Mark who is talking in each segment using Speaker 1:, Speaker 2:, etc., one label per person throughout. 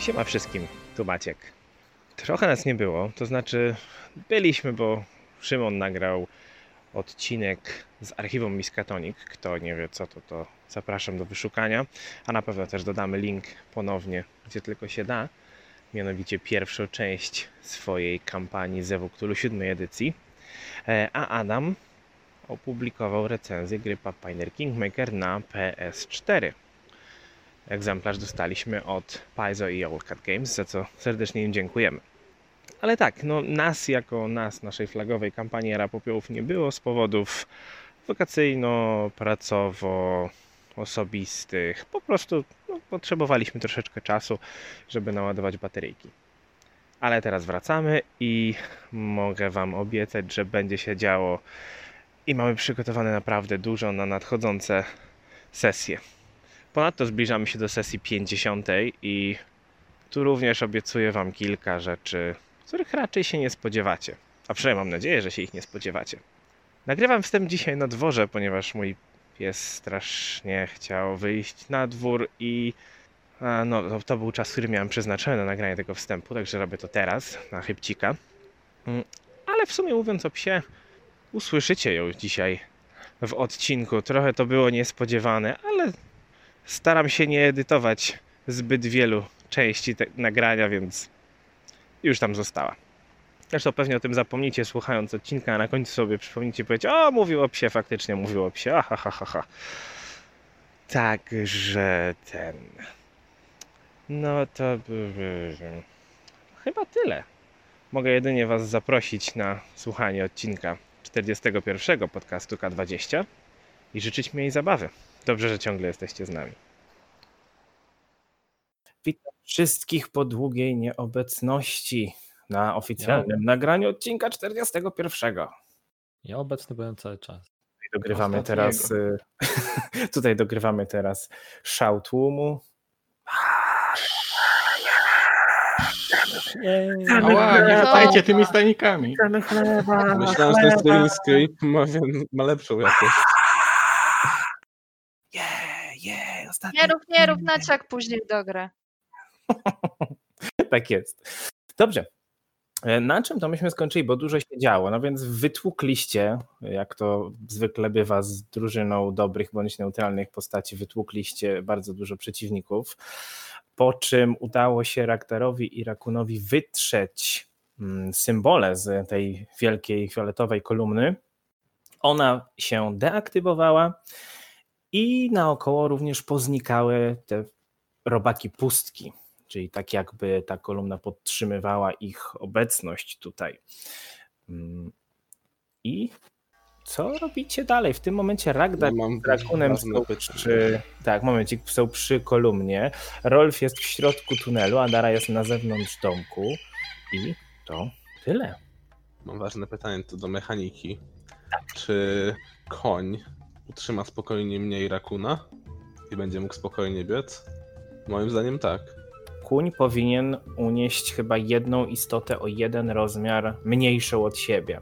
Speaker 1: Siema wszystkim, tu Maciek. Trochę nas nie było, to znaczy byliśmy, bo Szymon nagrał odcinek z archiwum Miskatonik. Kto nie wie co to, to zapraszam do wyszukania, a na pewno też dodamy link ponownie, gdzie tylko się da. Mianowicie pierwszą część swojej kampanii Zewu Cthulhu 7 edycji. E, A Adam opublikował recenzję gry Pathfinder Kingmaker na PS4. Egzemplarz dostaliśmy od Paizo i Owl Cat Games, za co serdecznie im dziękujemy. Ale tak, no nas jako nas, naszej flagowej kampanii Era Popiołów nie było z powodów wakacyjno, pracowo, osobistych. Po prostu no, potrzebowaliśmy troszeczkę czasu, żeby naładować bateryjki. Ale teraz wracamy i mogę Wam obiecać, że będzie się działo i mamy przygotowane naprawdę dużo na nadchodzące sesje. Ponadto zbliżamy się do sesji 50 i tu również obiecuję Wam kilka rzeczy, których raczej się nie spodziewacie. A przynajmniej mam nadzieję, że się ich nie spodziewacie. Nagrywam wstęp dzisiaj na dworze, ponieważ mój pies strasznie chciał wyjść na dwór i a no, to, to był czas, który miałem przeznaczony na nagranie tego wstępu, także robię to teraz, na chybcika. Mm, Ale w sumie mówiąc o psie, usłyszycie ją dzisiaj w odcinku. Trochę to było niespodziewane, ale staram się nie edytować zbyt wielu części te- nagrania, więc już tam została. Zresztą pewnie o tym zapomnicie słuchając odcinka, a na końcu sobie przypomnicie i powiecie, o mówił o psie, faktycznie mówił o psie, aha, ha, ha, ha. Także Tak, ten... No to... by- by- by- Chyba tyle. Mogę jedynie Was zaprosić na słuchanie odcinka 41 podcastu K20 i życzyć miłej zabawy. Dobrze, że ciągle jesteście z nami. Witam wszystkich po długiej nieobecności na oficjalnym nagraniu odcinka 41.
Speaker 2: Ja obecny byłem cały czas.
Speaker 1: Tutaj dogrywamy
Speaker 2: Ostatniego.
Speaker 1: teraz. y, Tutaj dogrywamy teraz szał tłumu.
Speaker 3: Ała, nie chapajcie tymi stanikami.
Speaker 4: Myślałem, że ten streaming script ma, ma lepszą jakość.
Speaker 5: Nie rób, nie rób naciak później do gry.
Speaker 1: Tak jest. Dobrze. E, Na czym to myśmy skończyli? Bo dużo się działo. No więc wytłukliście, jak to zwykle bywa z drużyną dobrych bądź neutralnych postaci, wytłukliście bardzo dużo przeciwników. Po czym udało się Raktarowi i Rakunowi wytrzeć mm, symbole z tej wielkiej fioletowej kolumny. Ona się deaktywowała i naokoło również poznikały te robaki pustki czyli tak jakby ta kolumna podtrzymywała ich obecność tutaj. Mm. I co robicie dalej? W tym momencie Ragdar
Speaker 4: Mam
Speaker 1: z Rakunem są przy, tak, momencik, są przy kolumnie. Rolf jest w środku tunelu, a Dara jest na zewnątrz domku i to tyle.
Speaker 4: Mam ważne pytanie to do mechaniki. Czy koń utrzyma spokojnie mnie i rakuna i będzie mógł spokojnie biec? Moim zdaniem tak.
Speaker 1: Kuń powinien unieść chyba jedną istotę o jeden rozmiar mniejszą od siebie.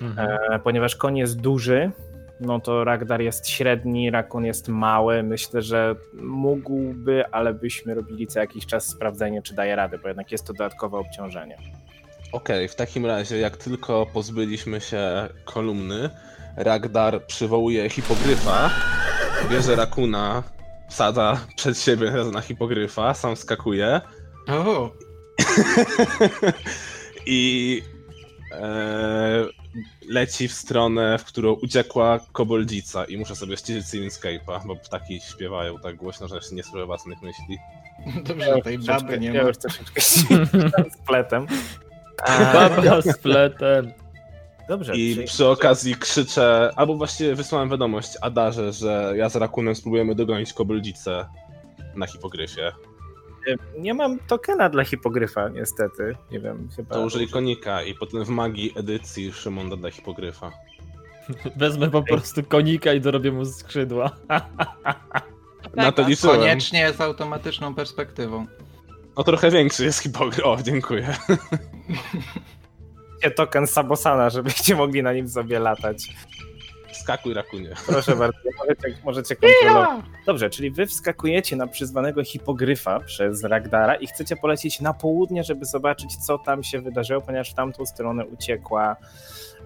Speaker 2: Mhm. Eee.
Speaker 1: E, Ponieważ koń jest duży, no to Ragdar jest średni, Rakun jest mały. Myślę, że mógłby, ale byśmy robili co jakiś czas sprawdzenie, czy daje radę, bo jednak jest to dodatkowe obciążenie.
Speaker 4: Okej, w takim razie jak tylko pozbyliśmy się kolumny, Ragdar przywołuje hipogryfa, bierze rakuna, wsadza przed siebie na hipogryfa, sam skakuje.
Speaker 3: O,
Speaker 4: I e, leci w stronę, w którą uciekła koboldzica. I muszę sobie ściszyć Simscape'a, bo ptaki śpiewają tak głośno, że się nie słyszę własnych myśli.
Speaker 3: dobrze, że No tej baby nie ma.
Speaker 1: Ja już troszeczkę się spletem.
Speaker 2: Baba z fletem.
Speaker 1: Dobrze.
Speaker 4: I
Speaker 1: czyli-
Speaker 4: przy okazji krzyczę, albo właściwie wysłałem wiadomość Adarze, że ja z Rakunem spróbujemy dogonić koboldzicę na hipogryfie.
Speaker 1: Nie mam tokena dla hipogryfa, niestety. Nie wiem, chyba.
Speaker 4: To użyj konika i potem w magii edycji Szymon doda hipogryfa.
Speaker 2: Wezmę po prostu konika i dorobię mu skrzydła.
Speaker 4: Na
Speaker 5: tak.
Speaker 4: to liczyłem.
Speaker 3: Koniecznie z automatyczną perspektywą.
Speaker 4: No trochę większy jest hipogryf. O, dziękuję.
Speaker 1: token Sabosana, żebyście mogli na nim sobie latać.
Speaker 4: Wskakuj, rakunie.
Speaker 1: Proszę bardzo, możecie, możecie kontrolować. Dobrze, czyli wy wskakujecie na przyzwanego hipogryfa przez Ragdara i chcecie polecieć na południe, żeby zobaczyć, co tam się wydarzyło, ponieważ w tamtą stronę uciekła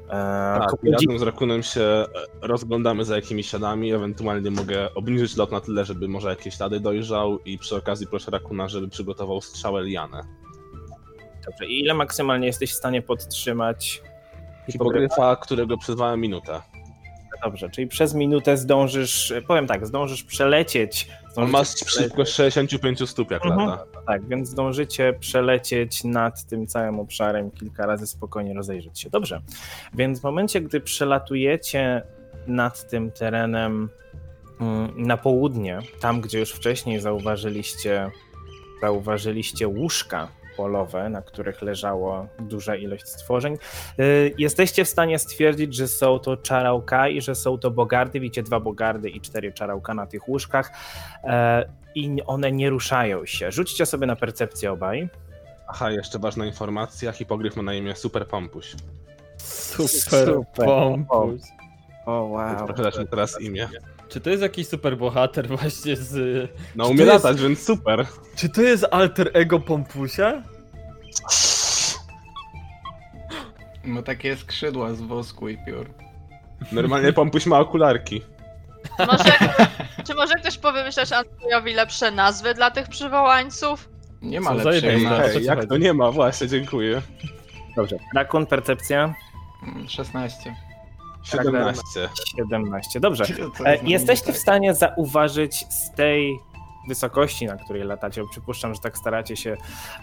Speaker 1: e,
Speaker 4: Tak, i
Speaker 1: kopudzi-
Speaker 4: razem z rakunem się e, rozglądamy za jakimiś śladami, ewentualnie mogę obniżyć lot na tyle, żeby może jakieś ślady dojrzał i przy okazji proszę rakuna, żeby przygotował strzałę lianę.
Speaker 1: Dobrze, i ile maksymalnie jesteś w stanie podtrzymać hipogryfa?
Speaker 4: Hipogryfa, którego przyzwałem minutę.
Speaker 1: Dobrze, czyli przez minutę zdążysz, powiem tak, zdążysz przelecieć.
Speaker 4: On
Speaker 1: Zdążycie
Speaker 4: ma
Speaker 1: przelecieć-
Speaker 4: szybkość 65 stóp jak
Speaker 1: Mhm.
Speaker 4: lata.
Speaker 1: Tak, więc zdążycie przelecieć nad tym całym obszarem kilka razy spokojnie rozejrzeć się. Dobrze. Więc w momencie, gdy przelatujecie nad tym terenem mm, na południe, tam gdzie już wcześniej zauważyliście, zauważyliście łóżka polowe, na których leżało duża ilość stworzeń, y, jesteście w stanie stwierdzić, że są to czarałka i że są to bogardy. Widzicie dwa bogardy i cztery czarałka na tych łóżkach. E, i one nie ruszają się. Rzućcie sobie na percepcję obaj.
Speaker 4: Aha, jeszcze ważna informacja, hipogryf ma na imię Super Pompuś.
Speaker 2: Super,
Speaker 1: Super.
Speaker 2: pompuś.
Speaker 1: O wow.
Speaker 4: Proszę dać mu teraz imię.
Speaker 2: Czy to jest jakiś superbohater właśnie z...
Speaker 4: No
Speaker 2: Czy
Speaker 4: umie
Speaker 2: to jest-
Speaker 4: latać, więc super.
Speaker 2: Czy to jest alter ego pompusia?
Speaker 3: Ma takie skrzydła z wosku i piór.
Speaker 4: Normalnie Pompuś ma okularki.
Speaker 5: Może, czy może ktoś powymyślać Andrzejowi lepsze nazwy dla tych przywołańców?
Speaker 3: Nie ma
Speaker 2: Co za
Speaker 3: lepszej
Speaker 2: jedna
Speaker 3: nazwy.
Speaker 2: co
Speaker 4: Hej,
Speaker 2: ci
Speaker 4: jak
Speaker 2: chodzi?
Speaker 4: to nie ma, właśnie, dziękuję.
Speaker 1: Dobrze. Rakun, percepcja
Speaker 3: Mm, 16.
Speaker 4: 17.
Speaker 1: 17. Dobrze.
Speaker 3: Co to
Speaker 1: E,
Speaker 3: jest
Speaker 1: Jesteście
Speaker 3: tak?
Speaker 1: w stanie zauważyć z tej wysokości, na której latacie, bo przypuszczam, że tak staracie się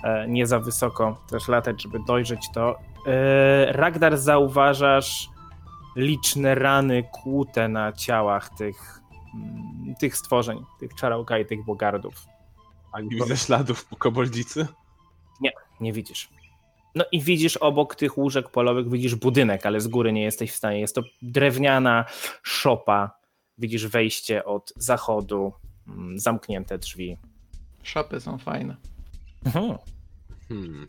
Speaker 1: e, nie za wysoko też latać, żeby dojrzeć to. E, Ragdar, zauważasz liczne rany kłute na ciałach tych, mm, tych stworzeń, tych czarałka i tych bogardów.
Speaker 4: Ani widzę śladów po koboldzicy.
Speaker 1: Nie widzisz. No i widzisz obok tych łóżek polowych, widzisz budynek, ale z góry nie jesteś w stanie. Jest to drewniana szopa. Widzisz wejście od zachodu, mm, zamknięte drzwi.
Speaker 3: Szopy są fajne.
Speaker 4: Mhm. Hmm.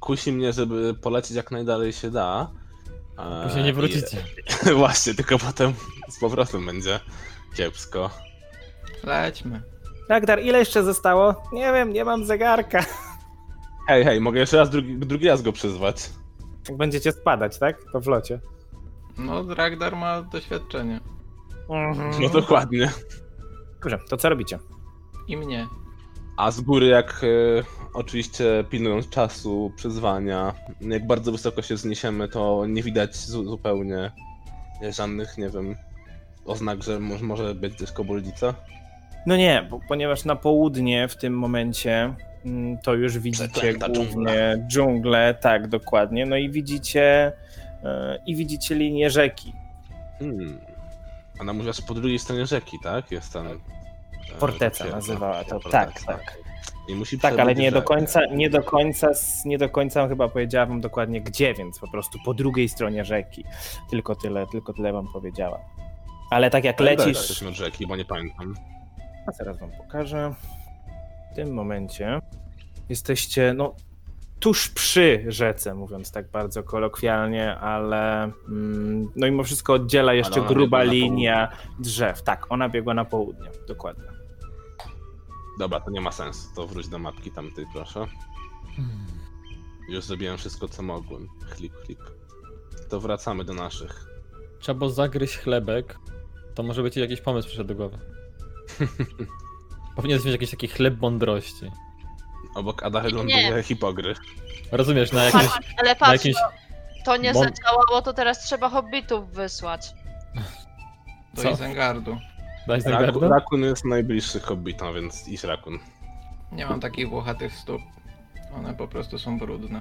Speaker 4: Kusi mnie, żeby polecieć jak najdalej się da. Eee,
Speaker 2: Później nie wrócicie.
Speaker 4: i- Właśnie, tylko potem z powrotem będzie kiepsko.
Speaker 3: Lećmy.
Speaker 1: Ragdar, ile jeszcze zostało? Nie wiem, nie mam zegarka.
Speaker 4: Hej, hej, mogę jeszcze raz, drugi, drugi raz go przyzwać.
Speaker 1: Jak będziecie spadać, tak? To w locie.
Speaker 3: No, Ragdar ma doświadczenie.
Speaker 2: Mm.
Speaker 4: No dokładnie.
Speaker 1: Dobrze, to co robicie?
Speaker 3: I mnie.
Speaker 4: A z góry, jak e, oczywiście pilnując czasu przyzwania, jak bardzo wysoko się zniesiemy, to nie widać zu- zupełnie żadnych, nie wiem, oznak, że mo- może być też koboldzica.
Speaker 1: No nie, bo, ponieważ na południe w tym momencie mm, to już widzicie
Speaker 4: Przeklęta dżungla.
Speaker 1: głównie dżunglę, tak dokładnie. No i widzicie e, i widzicie linię rzeki.
Speaker 4: Hmm. Ona mówiła, że po drugiej stronie rzeki, tak? Jest tam. e,
Speaker 1: Forteca
Speaker 4: potwierdza.
Speaker 1: nazywała to.
Speaker 4: Forteca.
Speaker 1: Tak, tak.
Speaker 4: I musi
Speaker 1: Tak, ale
Speaker 4: przebyć
Speaker 1: nie do
Speaker 4: rzekę.
Speaker 1: końca, nie do końca, s- nie do końca chyba powiedziała wam dokładnie gdzie, więc po prostu po drugiej stronie rzeki. Tylko tyle, tylko tyle wam powiedziała. Ale tak jak
Speaker 4: Dalej
Speaker 1: lecisz,
Speaker 4: Jesteśmy od rzeki, bo nie pamiętam.
Speaker 1: A zaraz wam pokażę. W tym momencie jesteście, no, tuż przy rzece, mówiąc tak bardzo kolokwialnie, ale mm, no mimo wszystko oddziela jeszcze
Speaker 4: ona
Speaker 1: gruba
Speaker 4: biegła na
Speaker 1: linia drzew. Tak, ona biegła na południe, dokładnie.
Speaker 4: Dobra, to nie ma sensu. To wróć do mapki tamtej, proszę. Już zrobiłem wszystko, co mogłem. Klik, klik. To wracamy do naszych.
Speaker 2: Trzeba było zagryźć chlebek. To może być jakiś pomysł przyszedł do głowy. Powinien mieć jakiś taki chleb mądrości.
Speaker 4: Obok Adachy
Speaker 5: Nie.
Speaker 4: ląduje hipogryf.
Speaker 2: Rozumiesz, na jakieś...
Speaker 5: Patrz, ale
Speaker 2: Na
Speaker 5: patrz,
Speaker 2: jakieś...
Speaker 5: to nie
Speaker 2: Mont-
Speaker 5: zadziałało, to teraz trzeba hobbitów wysłać.
Speaker 3: Do
Speaker 2: Co?
Speaker 3: Izengardu.
Speaker 2: na
Speaker 4: Raku,
Speaker 2: Isengard'a?
Speaker 4: rakun jest najbliższy hobbitom, więc idź rakun.
Speaker 3: Nie mam takich włochatych stóp. One po prostu są brudne.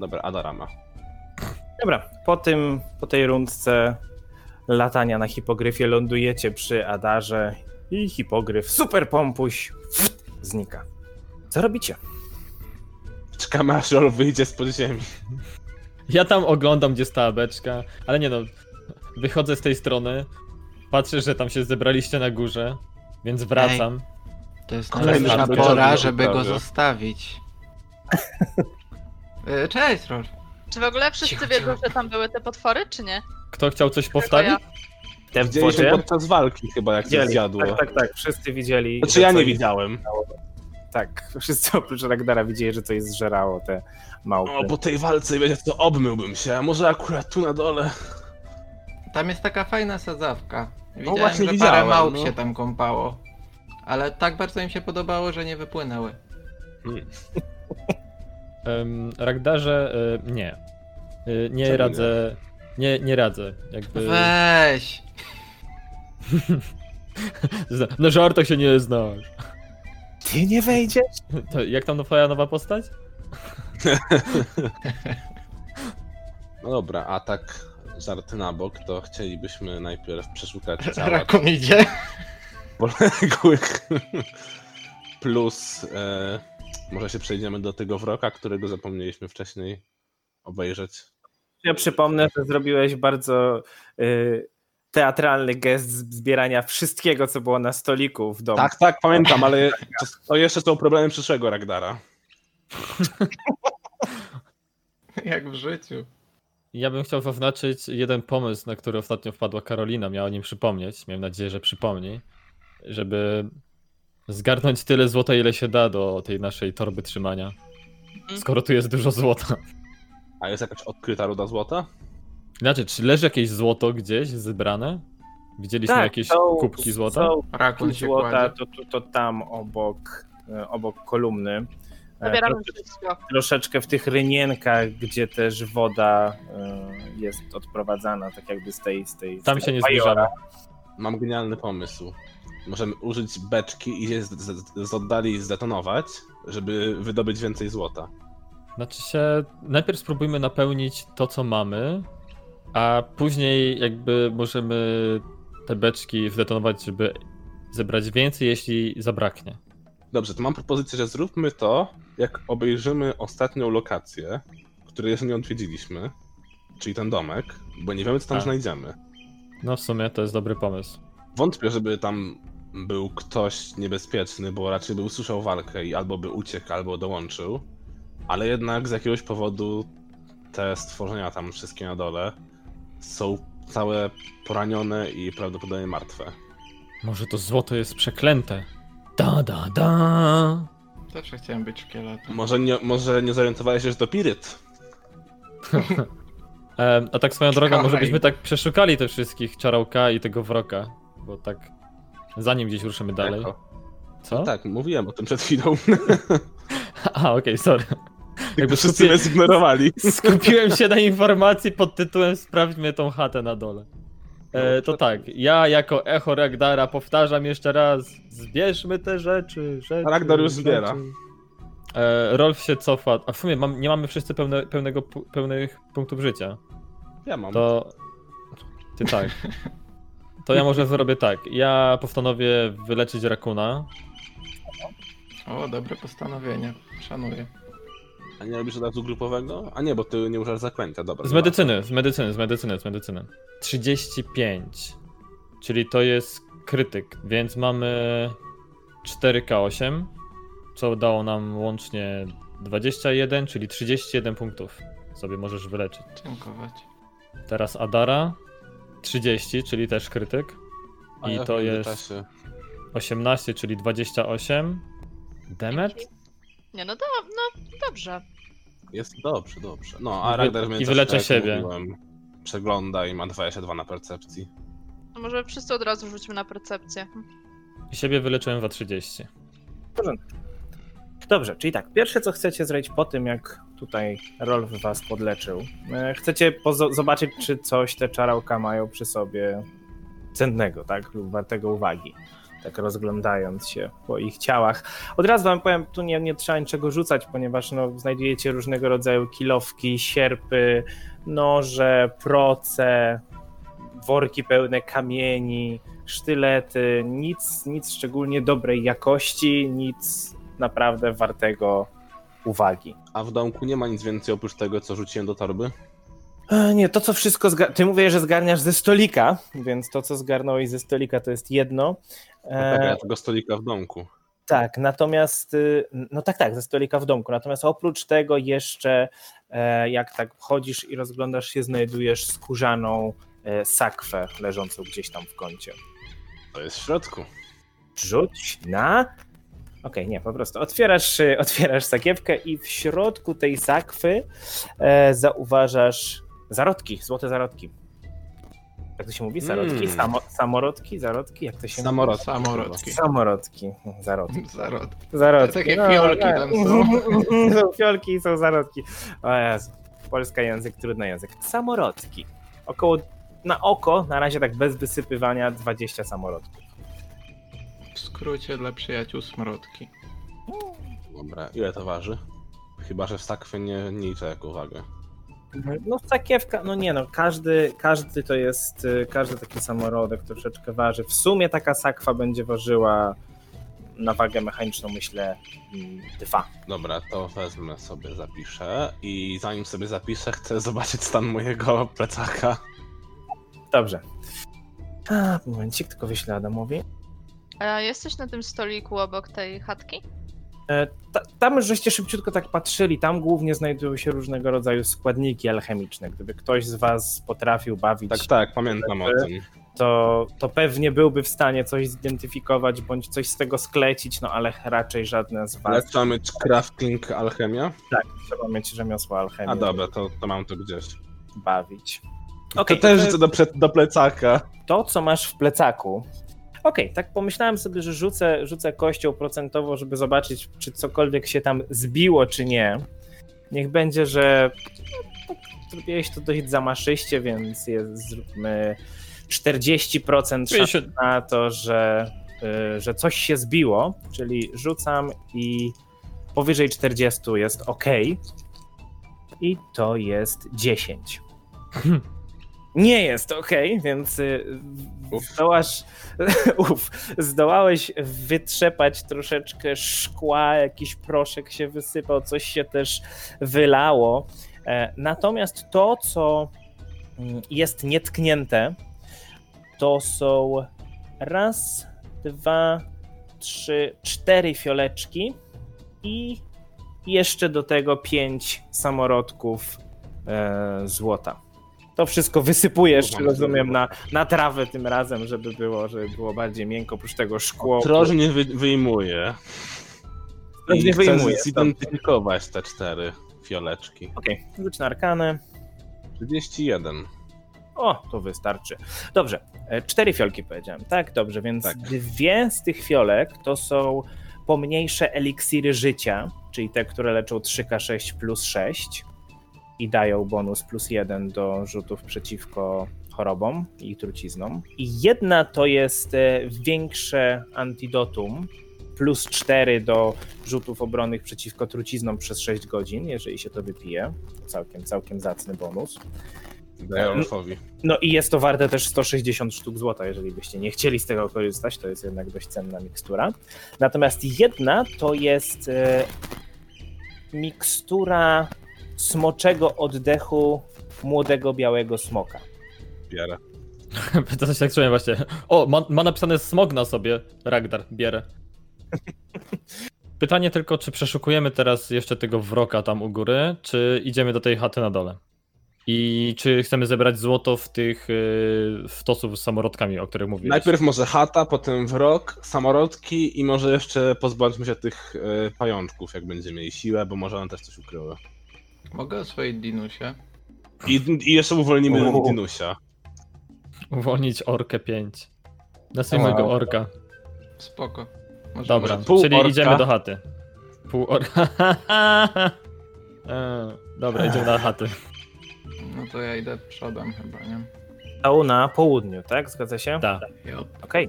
Speaker 4: Dobra, Adarama.
Speaker 1: Dobra, po, tym, po tej rundce latania na hipogryfie lądujecie przy Adarze i hipogryf, super pompuś, znika. Co robicie?
Speaker 4: Czekamy aż Rol wyjdzie spod ziemi.
Speaker 2: Ja tam oglądam, gdzie stała beczka, ale nie no, wychodzę z tej strony, patrzę, że tam się zebraliście na górze, więc wracam.
Speaker 3: To jest
Speaker 2: Kolejny
Speaker 3: najlepsza
Speaker 2: żart.
Speaker 3: pora,
Speaker 4: Żart.
Speaker 3: żeby go
Speaker 4: Prawie.
Speaker 3: zostawić. E, Cześć, Rolf.
Speaker 5: Czy w ogóle wszyscy
Speaker 3: Cicho,
Speaker 5: wiedzą,
Speaker 3: cicho.
Speaker 5: że tam były te potwory, czy nie?
Speaker 2: Kto chciał coś
Speaker 5: Tylko
Speaker 2: powtarzać?
Speaker 5: ja.
Speaker 1: Te w
Speaker 4: Widzieliśmy
Speaker 1: wodzie?
Speaker 4: podczas walki chyba, jak się
Speaker 1: Widzieli.
Speaker 4: zjadło.
Speaker 1: Tak, tak, tak. Wszyscy widzieli.
Speaker 4: Znaczy
Speaker 1: że
Speaker 4: ja nie
Speaker 1: coś-
Speaker 4: widziałem.
Speaker 1: Tak, wszyscy oprócz Ragdara widzieli, że coś zżerało te małpy.
Speaker 4: O, po tej walce, wiecie, to obmyłbym się, a może akurat tu na dole.
Speaker 3: Tam jest taka fajna sadzawka. Widziałem,
Speaker 4: No właśnie
Speaker 3: że parę
Speaker 4: widziałem,
Speaker 3: małp
Speaker 4: no.
Speaker 3: się tam kąpało. Ale tak bardzo im się podobało, że nie wypłynęły.
Speaker 2: Em, Ragdarze, y, nie. Y, nie
Speaker 4: Czemu
Speaker 2: radzę. Nie, nie radzę. Jakby.
Speaker 3: Weź!
Speaker 2: Zna- Na żartach się nie znasz.
Speaker 1: Ty nie wejdziesz?
Speaker 2: To jak tam twoja nowa postać?
Speaker 4: No dobra, a tak żarty na bok, to chcielibyśmy najpierw przeszukać ciała
Speaker 3: Rakun idzie.
Speaker 4: poległych. Plus, e, może się przejdziemy do tego wroka, którego zapomnieliśmy wcześniej obejrzeć.
Speaker 1: Ja przypomnę, że zrobiłeś bardzo y, teatralny gest z- zbierania wszystkiego, co było na stoliku w domu.
Speaker 4: Tak, tak, pamiętam, ale to, to jeszcze są problemy przyszłego Ragdara.
Speaker 3: Jak w życiu.
Speaker 2: Ja bym chciał zaznaczyć jeden pomysł, na który ostatnio wpadła Karolina. Miała o nim przypomnieć. Miałem nadzieję, że przypomni. Żeby zgarnąć tyle złota, ile się da do tej naszej torby trzymania.
Speaker 5: Mhm.
Speaker 2: Skoro tu jest dużo złota.
Speaker 4: A jest jakaś odkryta ruda złota?
Speaker 2: Znaczy, czy leży jakieś złoto gdzieś zebrane? Widzieliśmy jakieś
Speaker 1: Tak, są-
Speaker 2: kubki złota?
Speaker 1: Są
Speaker 3: Rakun
Speaker 1: kubki
Speaker 3: się
Speaker 1: złota,
Speaker 3: kładzie.
Speaker 1: to, to, to tam obok, e, obok kolumny. E,
Speaker 5: Zabieramy
Speaker 1: trosze-
Speaker 5: wszystko.
Speaker 1: troszeczkę w tych rynienkach, gdzie też woda e, jest odprowadzana, tak jakby z tej... Z tej z
Speaker 2: Tam
Speaker 1: tego
Speaker 2: się nie
Speaker 1: bajora.
Speaker 2: zbliżamy.
Speaker 4: Mam genialny pomysł. Możemy użyć beczki i je z, z, z oddali zdetonować, żeby wydobyć więcej złota.
Speaker 2: Znaczy się, najpierw spróbujmy napełnić to, co mamy, a później jakby możemy te beczki zdetonować, żeby zebrać więcej, jeśli zabraknie.
Speaker 4: Dobrze, to mam propozycję, że zróbmy to, jak obejrzymy ostatnią lokację, której jeszcze nie odwiedziliśmy, czyli ten domek, bo nie wiemy, co tam
Speaker 2: Tak.
Speaker 4: znajdziemy.
Speaker 2: No w sumie to jest dobry pomysł.
Speaker 4: Wątpię, żeby tam był ktoś niebezpieczny, bo raczej by usłyszał walkę i albo by uciekł, albo dołączył, ale jednak z jakiegoś powodu te stworzenia tam wszystkie na dole są całe poranione i prawdopodobnie martwe.
Speaker 2: Może to złoto jest przeklęte. Da, da, da.
Speaker 3: Zawsze chciałem być szkieletem.
Speaker 4: Może nie, może nie zorientowałeś się, że to piryt?
Speaker 2: E, a tak swoją drogą, może
Speaker 3: Kochaj.
Speaker 2: byśmy tak przeszukali tych wszystkich czarałka i tego wroka, bo tak zanim gdzieś ruszymy dalej.
Speaker 4: Jako.
Speaker 2: Co?
Speaker 4: Tak, mówiłem o tym przed chwilą.
Speaker 2: A, okej, sorry. Jakby
Speaker 4: Wszyscy
Speaker 2: skupiłem,
Speaker 4: mnie zignorowali.
Speaker 2: skupiłem się na informacji pod tytułem Sprawdźmy tą chatę na dole.
Speaker 4: No,
Speaker 2: E, to tak, ja jako echo Ragdara powtarzam jeszcze raz, zbierzmy te rzeczy, rzeczy
Speaker 4: Ragdar już
Speaker 2: rzeczy.
Speaker 4: zbiera.
Speaker 2: E, Rolf się cofa, a w sumie mam, nie mamy wszyscy pełne, pełnego, pu- pełnych punktów życia.
Speaker 4: Ja mam.
Speaker 2: To. Ty tak. To ja może zrobię tak. Ja postanowię wyleczyć rakuna.
Speaker 3: O, dobre postanowienie. Szanuję.
Speaker 4: A nie robisz od razu grupowego? A nie, bo ty nie używasz zaklęcia, dobra.
Speaker 2: Z
Speaker 4: dobra.
Speaker 2: medycyny, z medycyny, z medycyny, z medycyny. 35. Czyli to jest krytyk, więc mamy 4K8, co dało nam łącznie 21, czyli 31 punktów sobie możesz wyleczyć.
Speaker 3: Dziękować.
Speaker 2: Teraz Adara 30, czyli też krytyk.
Speaker 4: A
Speaker 2: I
Speaker 4: ja w
Speaker 2: to jest
Speaker 4: międzyczasie-
Speaker 2: 18, czyli 28. Demet?
Speaker 5: Nie, no, do, no dobrze.
Speaker 4: Jest dobrze, dobrze. No,
Speaker 2: I
Speaker 4: a
Speaker 2: wy-
Speaker 4: Ragnar w
Speaker 2: i
Speaker 4: międzyczasie,
Speaker 2: wyleczę
Speaker 4: tak jak
Speaker 2: siebie.
Speaker 4: mówiłem, Przegląda i ma 22 na percepcji.
Speaker 5: To może wszyscy od razu rzućmy na percepcję.
Speaker 2: I siebie wyleczyłem za 30.
Speaker 1: Dobrze, czyli tak, pierwsze co chcecie zrobić po tym, jak tutaj Rolf was podleczył, e, chcecie pozo- zobaczyć, czy coś te czarałka mają przy sobie cennego, tak, lub wartego uwagi, tak rozglądając się po ich ciałach. Od razu wam powiem, tu nie, nie trzeba niczego rzucać, ponieważ no, znajdujecie różnego rodzaju kilowki, sierpy, noże, proce, worki pełne kamieni, sztylety, nic, nic szczególnie dobrej jakości, nic naprawdę wartego uwagi.
Speaker 4: A w domku nie ma nic więcej oprócz tego, co rzuciłem do torby?
Speaker 1: E, nie, to co wszystko. Zga- Ty mówisz, że zgarniasz ze stolika, więc to co zgarnąłeś ze stolika to jest jedno.
Speaker 4: No tak, a
Speaker 1: E,
Speaker 4: ja tego stolika w domku.
Speaker 1: tak, natomiast. y, No tak, tak, ze stolika w domku. Natomiast oprócz tego jeszcze, e, jak tak chodzisz i rozglądasz się, znajdujesz skórzaną e, sakwę leżącą gdzieś tam w kącie.
Speaker 4: To jest w środku.
Speaker 1: Rzuć na. Okej, nie, po prostu otwierasz, e, otwierasz sakiewkę i w środku tej sakwy e, zauważasz zarodki, złote zarodki. Jak to się mówi? Zarodki?
Speaker 4: Mm.
Speaker 1: Samo, samorodki? Zarodki? Jak to się
Speaker 4: Samorodki.
Speaker 3: Samorodki.
Speaker 1: Samorodki, zarodki.
Speaker 3: Zarod.
Speaker 1: Zarodki. No,
Speaker 3: Takie fiolki
Speaker 1: tak.
Speaker 3: tam są.
Speaker 1: są fiolki i są zarodki. O Jezu, polska język, trudny język. Samorodki. Około, na oko, na razie tak bez wysypywania, 20 samorodków.
Speaker 3: W skrócie dla przyjaciół smrodki.
Speaker 4: Dobra, ile to waży? Chyba, że w sakwie nie, nie liczę jak uwagę.
Speaker 1: No sakiewka, no nie no, każdy, każdy to jest, y, każdy taki samorodek troszeczkę waży. W sumie taka sakwa będzie ważyła na wagę mechaniczną, myślę, mm, dwa.
Speaker 4: Dobra, to wezmę sobie, zapiszę i zanim sobie zapiszę, chcę zobaczyć stan mojego plecaka.
Speaker 1: Dobrze. A, momencik, tylko wyślę Adamowi.
Speaker 5: E, jesteś na tym stoliku obok tej chatki?
Speaker 1: Ta, tam żeście szybciutko tak patrzyli, tam głównie znajdują się różnego rodzaju składniki alchemiczne. Gdyby ktoś z was potrafił bawić,
Speaker 4: Tak, tak, pamiętam o tym.
Speaker 1: to, to pewnie byłby w stanie coś zidentyfikować, bądź coś z tego sklecić, no ale raczej żadne z was.
Speaker 4: Lecz mamy crafting alchemia?
Speaker 1: Tak, trzeba mieć rzemiosło alchemii.
Speaker 4: A dobra, to, to mam to gdzieś.
Speaker 1: bawić.
Speaker 4: To
Speaker 1: Okej,
Speaker 4: też
Speaker 1: to,
Speaker 4: rzucę do, prze- do plecaka.
Speaker 1: to, co masz w plecaku. Okej, tak pomyślałem sobie, że rzucę, rzucę kością procentowo, żeby zobaczyć, czy cokolwiek się tam zbiło, czy nie. Niech będzie, że no, zrobiłeś to dość zamaszyście, więc jest, zróbmy 40% szans
Speaker 2: 50.
Speaker 1: na to, że, y, że coś się zbiło, czyli rzucam i powyżej 40 jest ok. I to jest 10. Nie jest ok, więc y,
Speaker 4: Uf.
Speaker 1: zdołasz, uf, zdołałeś wytrzepać troszeczkę szkła, jakiś proszek się wysypał, coś się też wylało. E, Natomiast to, co mm, jest nietknięte, to są raz, dwa, trzy, cztery fioleczki i jeszcze do tego pięć samorodków e, złota. To wszystko wysypujesz,
Speaker 4: Kurwa,
Speaker 1: rozumiem,
Speaker 4: kurwa.
Speaker 1: na, na trawę tym razem, żeby było, żeby było bardziej miękko, oprócz tego szkło.
Speaker 4: Ostrożnie wy- wyjmuję.
Speaker 1: Ostrożnie
Speaker 4: chcę
Speaker 1: wyjmuję,
Speaker 4: zidentyfikować te cztery fioleczki.
Speaker 1: Okej, rzuć na arkanę.
Speaker 4: 31.
Speaker 1: O, to wystarczy. Dobrze, e, cztery fiolki powiedziałem, tak? Dobrze, więc
Speaker 4: Tak.
Speaker 1: dwie z tych fiolek to są pomniejsze eliksiry życia, czyli te, które leczą 3K6 plus 6 i dają bonus plus 1 do rzutów przeciwko chorobom i truciznom. I jedna to jest e, większe antidotum, plus 4 do rzutów obronnych przeciwko truciznom przez 6 godzin, jeżeli się to wypije. Całkiem, całkiem zacny bonus.
Speaker 4: Daję Rolfowi.
Speaker 1: No i jest to warte też 160 sztuk złota, jeżeli byście nie chcieli z tego korzystać, to jest jednak dość cenna mikstura. Natomiast jedna to jest e, mikstura smoczego oddechu młodego białego smoka.
Speaker 4: Bierę.
Speaker 2: To się tak czułem właśnie. O, ma, ma napisane smog na sobie. Ragdar, bierę. Pytanie tylko, czy przeszukujemy teraz jeszcze tego wroka tam u góry, czy idziemy do tej chaty na dole? I czy chcemy zebrać złoto w tych y, w tosów z samorodkami, o których mówiłeś?
Speaker 4: Najpierw może chata, potem wrok, samorodki i może jeszcze pozbądźmy się tych e, pajączków, jak będziemy mieli siłę, bo może one też coś ukryły.
Speaker 3: Mogę o swojej dinusie?
Speaker 4: I, i jeszcze uwolnimy
Speaker 1: Uuu.
Speaker 4: Dinusia.
Speaker 2: Uwolnić orkę 5. Nazwijmy
Speaker 1: Wow.
Speaker 2: go orka.
Speaker 3: Spoko. Możemy
Speaker 2: Dobra,
Speaker 4: pół
Speaker 2: czyli
Speaker 4: orka.
Speaker 2: idziemy do chaty. Pół orka. E, Dobra, idziemy na chaty.
Speaker 3: No to ja idę przodem chyba, nie?
Speaker 1: Stał na południu, tak? Zgadza się?
Speaker 2: Tak.
Speaker 3: Jop.
Speaker 1: Okej,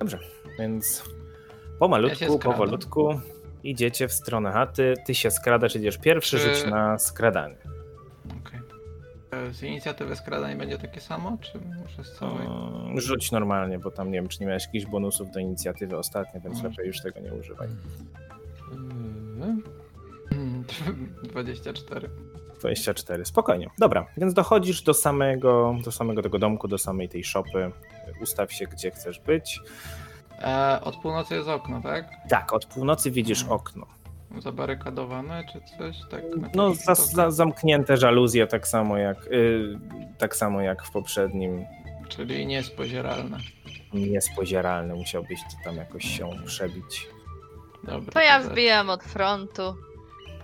Speaker 1: dobrze. Więc
Speaker 3: Ja się
Speaker 1: pomalutku,
Speaker 3: skradam.
Speaker 1: powolutku idziecie w stronę chaty. Ty się skradasz, idziesz pierwszy,
Speaker 3: Czy-
Speaker 1: rzuć na skradanie.
Speaker 3: Okej. E, Z inicjatywy skradań będzie takie samo, czy muszę z całej?
Speaker 1: Mm, Rzuć normalnie, bo tam nie wiem, czy nie miałeś jakichś bonusów do inicjatywy ostatnio, więc
Speaker 3: Mm.
Speaker 1: lepiej już tego nie używaj.
Speaker 3: Mm, 24.
Speaker 1: 24, spokojnie. Dobra, więc dochodzisz do samego, do samego tego domku, do samej tej szopy. Ustaw się, gdzie chcesz być.
Speaker 3: E, od północy jest okno, tak? Mm.
Speaker 1: Tak, od północy widzisz okno.
Speaker 3: Zabarykadowane czy coś? Tak, na
Speaker 1: No,
Speaker 3: jakiś
Speaker 1: za,
Speaker 3: sposób?
Speaker 1: za, zamknięte żaluzje, tak samo jak, y, tak samo jak w poprzednim.
Speaker 3: Czyli nie jest pozieralne.
Speaker 1: Niespozieralne musiałbyś tu tam jakoś się przebić.
Speaker 3: Dobra.
Speaker 5: To ja
Speaker 3: za-
Speaker 5: wbijam od frontu,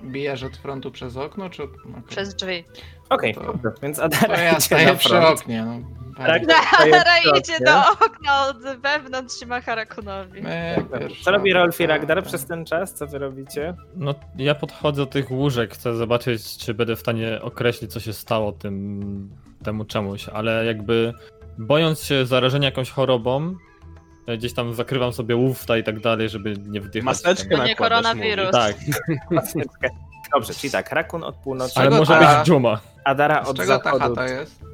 Speaker 3: Bijasz od frontu przez okno, czy... okej.
Speaker 5: przez drzwi.
Speaker 1: Okej,
Speaker 3: To-
Speaker 1: dobrze, więc
Speaker 3: To
Speaker 1: Adara
Speaker 3: ja
Speaker 1: idzie na
Speaker 3: staję przy
Speaker 1: front.
Speaker 3: oknie, no.
Speaker 1: Tak?
Speaker 5: Zahara
Speaker 1: jest
Speaker 5: idzie
Speaker 1: oknie.
Speaker 5: do okna od wewnątrz i macha Rakunowi.
Speaker 3: My pierwsza,
Speaker 1: Tak, Co robi Rolf i
Speaker 3: druga,
Speaker 1: Ragdar
Speaker 3: tak.
Speaker 1: przez ten czas? Co wy robicie?
Speaker 2: No, ja podchodzę do tych łóżek, chcę zobaczyć, czy będę w stanie określić, co się stało tym, temu czemuś, ale jakby bojąc się zarażenia jakąś chorobą, e, gdzieś tam zakrywam sobie łówta i tak dalej, żeby nie wdychać.
Speaker 4: Maseczkę
Speaker 5: To
Speaker 2: Tam.
Speaker 5: nie
Speaker 4: nakładasz,
Speaker 5: koronawirus.
Speaker 2: Tak,
Speaker 1: Dobrze, czyli tak, Rakun od północy,
Speaker 2: ale
Speaker 3: czego
Speaker 2: może
Speaker 3: ta-
Speaker 2: być dżuma.
Speaker 1: Adara
Speaker 3: Z
Speaker 1: od
Speaker 3: czego ta
Speaker 1: zachodu.
Speaker 3: chata jest?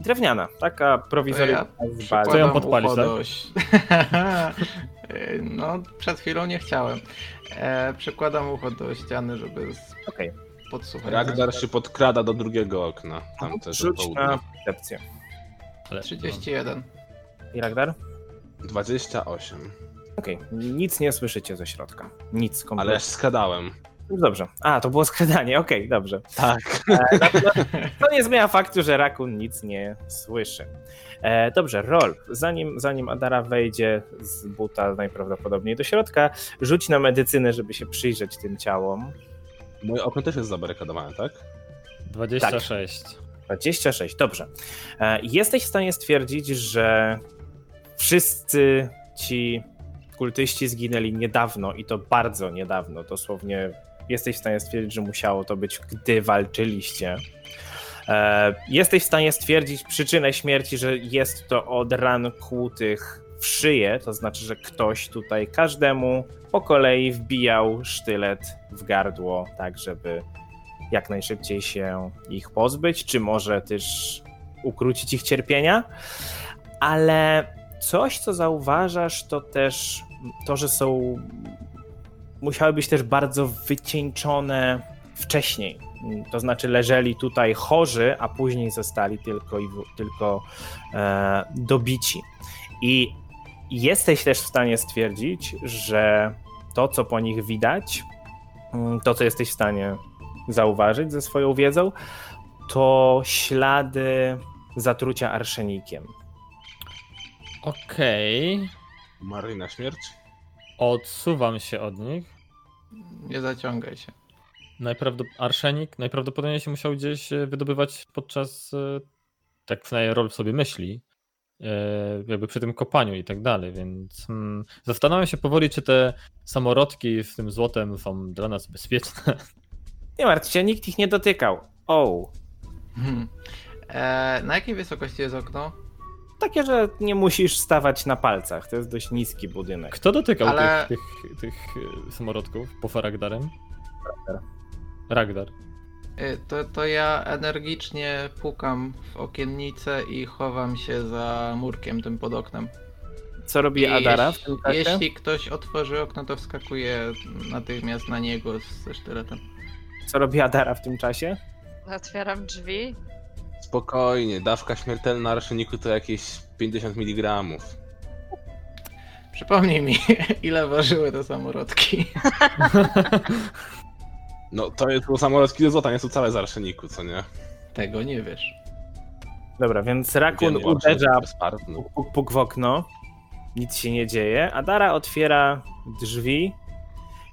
Speaker 1: Drewniana, taka prowizoryczna z
Speaker 3: Przykładam
Speaker 1: bali.
Speaker 2: Co ją podpalić,
Speaker 1: tak?
Speaker 3: ucho do oś. Yy, no, przed chwilą nie chciałem. E, przykładam ucho do ściany, żeby z-
Speaker 1: Okej.
Speaker 3: podsłuchać.
Speaker 4: Ragdar się podkrada do drugiego okna. Tam też od
Speaker 1: Rzuć
Speaker 4: południa.
Speaker 1: No, na percepcję.
Speaker 2: Ale,
Speaker 3: 31.
Speaker 1: I Ragdar?
Speaker 4: 28.
Speaker 1: Okej, nic nie słyszycie ze środka. Nic
Speaker 4: Ale
Speaker 1: kompletnie. No
Speaker 4: ja się skadałem.
Speaker 1: Dobrze. A, to było skradanie, okej, dobrze.
Speaker 4: Tak.
Speaker 1: To nie zmienia faktu, że Rakun nic nie słyszy. E, dobrze, Rolf, zanim, zanim Adara wejdzie z buta najprawdopodobniej do środka, rzuć na medycynę, żeby się przyjrzeć tym ciałom.
Speaker 4: Moje okno też jest zabarykadowane, tak?
Speaker 2: no, 26.
Speaker 1: 26, dobrze. E, Jesteś w stanie stwierdzić, że wszyscy ci kultyści zginęli niedawno i to bardzo niedawno. Dosłownie jesteś w stanie stwierdzić, że musiało to być, gdy walczyliście. E, Jesteś w stanie stwierdzić przyczynę śmierci, że jest to od ran kłutych w szyję, to znaczy, że ktoś tutaj każdemu po kolei wbijał sztylet w gardło, tak żeby jak najszybciej się ich pozbyć, czy może też ukrócić ich cierpienia. Ale coś, co zauważasz, to też to, że są. musiały być też bardzo wycieńczone wcześniej. To znaczy, leżeli tutaj chorzy, a później zostali tylko, i w, tylko e, dobici. I jesteś też w stanie stwierdzić, że to, co po nich widać, mm, to, co jesteś w stanie zauważyć ze swoją wiedzą, to ślady zatrucia arszenikiem.
Speaker 2: Okej,
Speaker 4: Marli na śmierć?
Speaker 2: odsuwam się od nich.
Speaker 3: Nie zaciągaj się.
Speaker 2: Najprawdop- arszenik najprawdopodobniej się musiał gdzieś e, wydobywać podczas, e, tak przynajmniej Rolf sobie myśli, e, jakby przy tym kopaniu i tak dalej, więc hmm, zastanawiam się powoli, czy te samorodki z tym złotem są dla nas bezpieczne.
Speaker 1: Nie martw się, nikt ich nie dotykał. O,
Speaker 3: Hmm. E, na jakiej wysokości jest okno?
Speaker 1: takie, że nie musisz stawać na palcach. To jest dość niski budynek.
Speaker 2: Kto dotykał
Speaker 3: Ale-
Speaker 2: tych, tych, tych e, samorodków po Ragdarem? Ragdar.
Speaker 3: E, to, to ja energicznie pukam w okiennicę i chowam się za murkiem tym pod oknem.
Speaker 1: Co robi Adara w tym czasie?
Speaker 3: jeśli ktoś otworzy okno, to wskakuje natychmiast na niego z- ze sztyletem.
Speaker 1: Co robi Adara w tym czasie?
Speaker 5: Otwieram drzwi.
Speaker 4: Spokojnie, dawka śmiertelna arszeniku to jakieś 50 mg.
Speaker 3: Przypomnij mi, ile ważyły te samorodki.
Speaker 4: No to jest było samolotki do złota, nie są całe z arszeniku, co nie?
Speaker 3: Tego nie wiesz.
Speaker 1: Dobra, więc Rakun
Speaker 4: Wiemy,
Speaker 1: Tak, uderza
Speaker 4: że bezparny.
Speaker 1: puk, puk, puk w okno. Nic się nie dzieje. Adara otwiera drzwi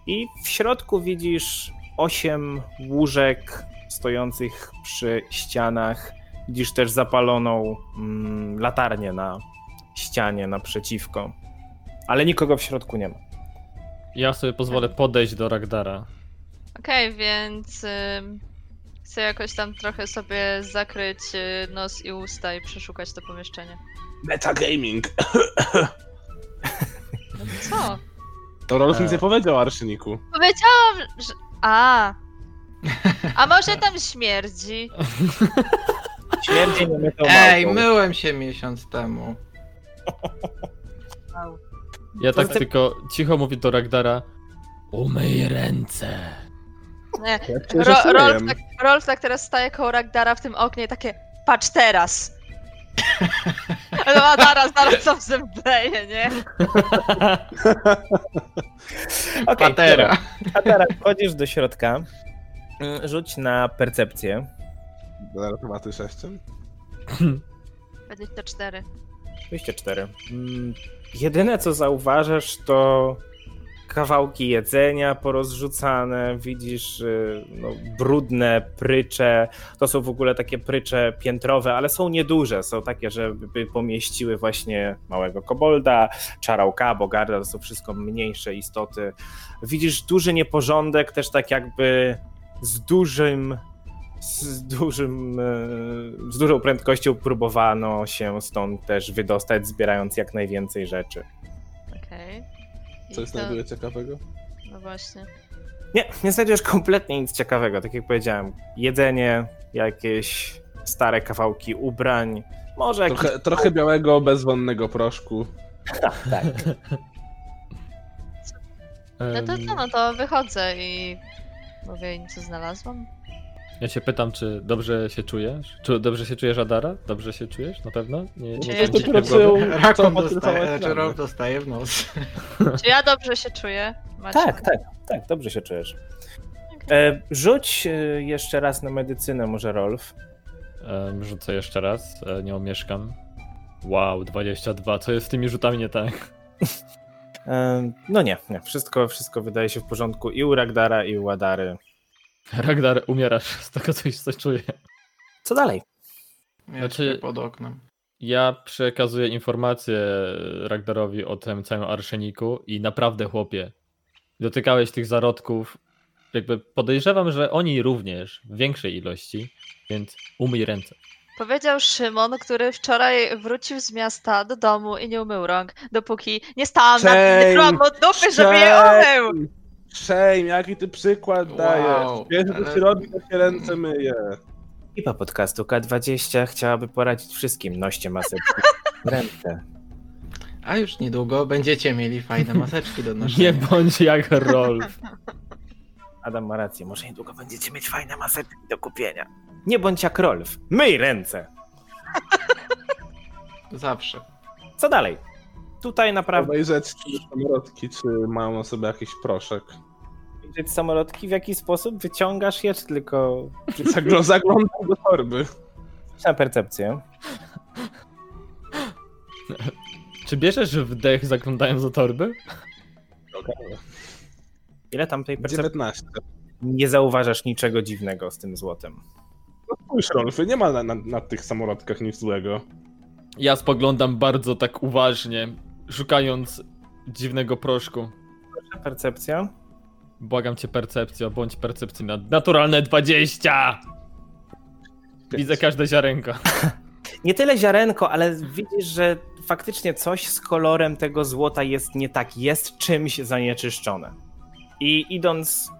Speaker 1: i w środku widzisz osiem łóżek stojących przy ścianach. Widzisz też zapaloną mm, latarnię na ścianie naprzeciwko. Ale nikogo w środku nie ma.
Speaker 2: Ja sobie pozwolę podejść do Ragdara.
Speaker 5: Okej, więc ym, chcę jakoś tam trochę sobie zakryć y, nos i usta i przeszukać to pomieszczenie.
Speaker 4: Metagaming!
Speaker 5: No co?
Speaker 4: To Rolf
Speaker 2: E.
Speaker 4: nic nie powiedział o arszeniku.
Speaker 5: Powiedziałam, że... A! A może tam śmierdzi?
Speaker 1: Śmierdzi nie mytą
Speaker 3: Ej,
Speaker 1: małpą.
Speaker 3: myłem się miesiąc temu.
Speaker 5: Au.
Speaker 2: Ja tak
Speaker 1: Poza tym-
Speaker 2: tylko cicho mówię do Ragdara. Umyj ręce.
Speaker 5: Nie.
Speaker 4: Ja się
Speaker 5: Ro-
Speaker 4: zastanawiam.
Speaker 5: Rolf, tak, Rolf tak teraz staje koło Ragdara w tym oknie i takie patrz teraz! No a zaraz, zaraz tam zemdleje, nie?
Speaker 1: Okej,
Speaker 3: Patera.
Speaker 1: A teraz wchodzisz do środka. Mm, Rzuć na percepcję.
Speaker 4: Automaty 6.
Speaker 5: 24.
Speaker 1: 24. Mm, Jedyne co zauważasz to kawałki jedzenia porozrzucane, widzisz y, no, brudne prycze. To są w ogóle takie prycze piętrowe, ale są nieduże. Są takie, żeby pomieściły właśnie małego kobolda, czarałka, bogarda. To są wszystko mniejsze istoty. Widzisz duży nieporządek, też tak jakby z dużym z dużym, e, z dużą prędkością próbowano się stąd też wydostać, zbierając jak najwięcej rzeczy.
Speaker 5: Okej. I
Speaker 4: Coś
Speaker 5: to-
Speaker 4: znajduje ciekawego?
Speaker 5: No właśnie.
Speaker 1: Nie, nie znajdziesz kompletnie nic ciekawego, tak jak powiedziałem. Jedzenie, jakieś stare kawałki ubrań, może jakiś...
Speaker 4: Trochę, trochę białego, bezwonnego proszku.
Speaker 5: No to
Speaker 2: Em,
Speaker 5: co, no to wychodzę i mówię im, co znalazłam.
Speaker 2: Ja się pytam, czy dobrze się czujesz? Czy dobrze się czujesz, Adara? Dobrze się czujesz? Na pewno? Nie,
Speaker 5: Czy
Speaker 2: nie
Speaker 5: ja-
Speaker 2: czujesz
Speaker 5: czy-
Speaker 2: głowy?
Speaker 3: Rakon
Speaker 4: co odkrywałaś
Speaker 3: dostaje,
Speaker 4: rany?
Speaker 3: czy Rob dostaje w nos.
Speaker 5: Czy ja dobrze się czuję? Macie?
Speaker 1: Tak, tak, tak, dobrze się czujesz. E, rzuć e, jeszcze raz na medycynę może, Rolf.
Speaker 2: Em, Rzucę jeszcze raz, e, nie omieszkam. Wow, 22, co jest z tymi rzutami nie tak?
Speaker 1: E, no nie, nie, wszystko, wszystko wydaje się w porządku i u Ragdara, i u Adary.
Speaker 2: Ragnar, umierasz z tego, coś, coś czuję.
Speaker 1: Co dalej?
Speaker 3: Ja
Speaker 2: Znaczy-
Speaker 3: śpię pod oknem.
Speaker 2: Ja przekazuję informację Ragnarowi o tym całym arszeniku i naprawdę, chłopie, dotykałeś tych zarodków. Jakby podejrzewam, że oni również w większej ilości, więc umyj ręce.
Speaker 5: Powiedział Szymon, który wczoraj wrócił z miasta do domu i nie umył rąg, dopóki nie stałam nad
Speaker 4: Shame.
Speaker 5: rąk od dupy, żeby je umył!
Speaker 4: Shame, jaki ty przykład
Speaker 3: Wow,
Speaker 4: dajesz. Wiesz,
Speaker 3: ale-
Speaker 4: że się robi, to się ręce myje.
Speaker 1: Ekipa podcastu K20 chciałaby poradzić wszystkim noście maseczki. Ręce.
Speaker 3: A już niedługo będziecie mieli fajne maseczki do
Speaker 2: Nie
Speaker 3: noszenia.
Speaker 2: bądź jak Rolf.
Speaker 1: Adam ma rację, może niedługo będziecie mieć fajne maseczki do kupienia. Nie bądź jak Rolf, myj ręce.
Speaker 3: Zawsze.
Speaker 1: Co dalej? Tutaj naprawdę
Speaker 4: Obejrzeć, czy samolotki, czy mają na sobie jakiś proszek.
Speaker 1: widzieć samorodki, w jaki sposób wyciągasz je, czy tylko...
Speaker 4: Zagl- Zaglądam do torby.
Speaker 1: Na percepcję.
Speaker 2: Czy bierzesz wdech zaglądając do torby?
Speaker 1: Ile tam tej percepcji?
Speaker 4: 19.
Speaker 1: Nie zauważasz niczego dziwnego z tym złotem.
Speaker 4: No spójrz, Rolfy, nie ma na, na, na tych samolotkach nic złego.
Speaker 2: Ja spoglądam bardzo tak uważnie, szukając dziwnego proszku.
Speaker 1: Percepcja?
Speaker 2: Błagam cię percepcjo, bądź percepcyjna. Naturalne 20! Widzę każde ziarenko.
Speaker 1: Nie tyle ziarenko, ale widzisz, że faktycznie coś z kolorem tego złota jest nie tak, jest czymś zanieczyszczone. I idąc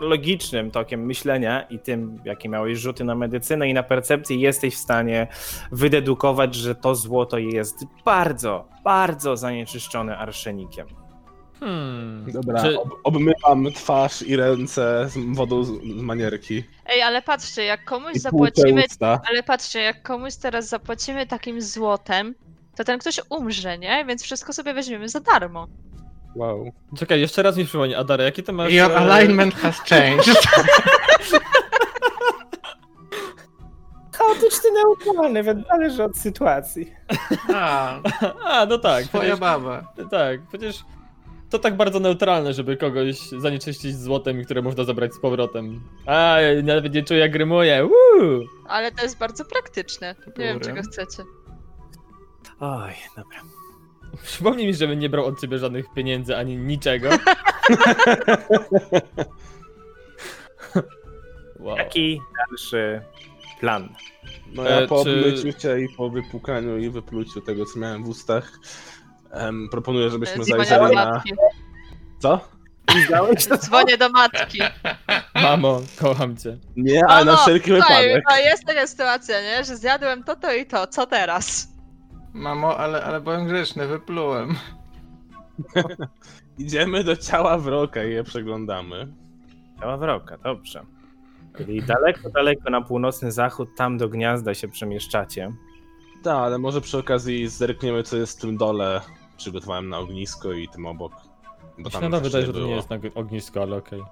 Speaker 1: logicznym tokiem myślenia i tym, jakie miałeś rzuty na medycynę i na percepcję, jesteś w stanie wydedukować, że to złoto jest bardzo, bardzo zanieczyszczone arszenikiem.
Speaker 2: Hmm.
Speaker 4: Dobra,
Speaker 2: Czy-
Speaker 4: ob, obmywam twarz i ręce z wodą z, z manierki.
Speaker 5: Ej, ale patrzcie, jak komuś
Speaker 4: I
Speaker 5: zapłacimy,
Speaker 4: płuczę usta.
Speaker 5: ale patrzcie, jak komuś teraz zapłacimy takim złotem, to ten ktoś umrze, nie? Więc wszystko sobie weźmiemy za darmo.
Speaker 4: Wow.
Speaker 2: Czekaj, jeszcze raz mi przypomnij, Adara, jaki to masz...
Speaker 3: Your
Speaker 2: e,
Speaker 3: alignment has changed.
Speaker 1: Chaotyczny, neutralny, więc zależy od sytuacji.
Speaker 3: A,
Speaker 2: A, no tak.
Speaker 3: twoja
Speaker 2: Przecież,
Speaker 3: baba.
Speaker 2: tak, przecież to tak bardzo neutralne, żeby kogoś zanieczyścić złotem, które można zabrać z powrotem. A, ja nawet nie czuję, jak rymuję. Woo!
Speaker 5: Ale to jest bardzo praktyczne. Nie wiem,
Speaker 3: Dobra.
Speaker 5: czego chcecie.
Speaker 1: Oj, dobra.
Speaker 2: Przypomnij mi, żebym nie brał od ciebie żadnych pieniędzy ani niczego. wow.
Speaker 1: Jaki dalszy plan?
Speaker 4: No ja
Speaker 2: E,
Speaker 4: po
Speaker 2: czy-
Speaker 4: obmyciu cię i po wypłukaniu i wypluciu tego, co miałem w ustach, em, proponuję, żebyśmy
Speaker 5: E, Dzwonię
Speaker 4: zajrzeli
Speaker 5: do
Speaker 4: na...
Speaker 5: matki.
Speaker 4: Co?
Speaker 1: Widziałeś to?
Speaker 5: Dzwonię do matki.
Speaker 2: Mamo, kocham cię.
Speaker 4: Nie, ale na
Speaker 5: Mamo,
Speaker 4: wszelki
Speaker 5: Słuchaj,
Speaker 4: wypadek.
Speaker 5: no jest taka sytuacja, nie? Że zjadłem to, to i to. Co teraz?
Speaker 3: Mamo, ale, ale byłem grzeczny, wyplułem.
Speaker 4: Idziemy do ciała wroka i je przeglądamy.
Speaker 1: Cała wroka, dobrze. Czyli daleko, daleko na północny zachód, tam do gniazda się przemieszczacie.
Speaker 4: Tak, ale może przy okazji zerkniemy, co jest w tym dole. Przygotowałem na ognisko i tym obok. Bo tam
Speaker 2: Śniada
Speaker 4: już
Speaker 2: wydaje,
Speaker 4: nie
Speaker 2: że to nie
Speaker 4: było.
Speaker 2: jest na ognisko, ale okej.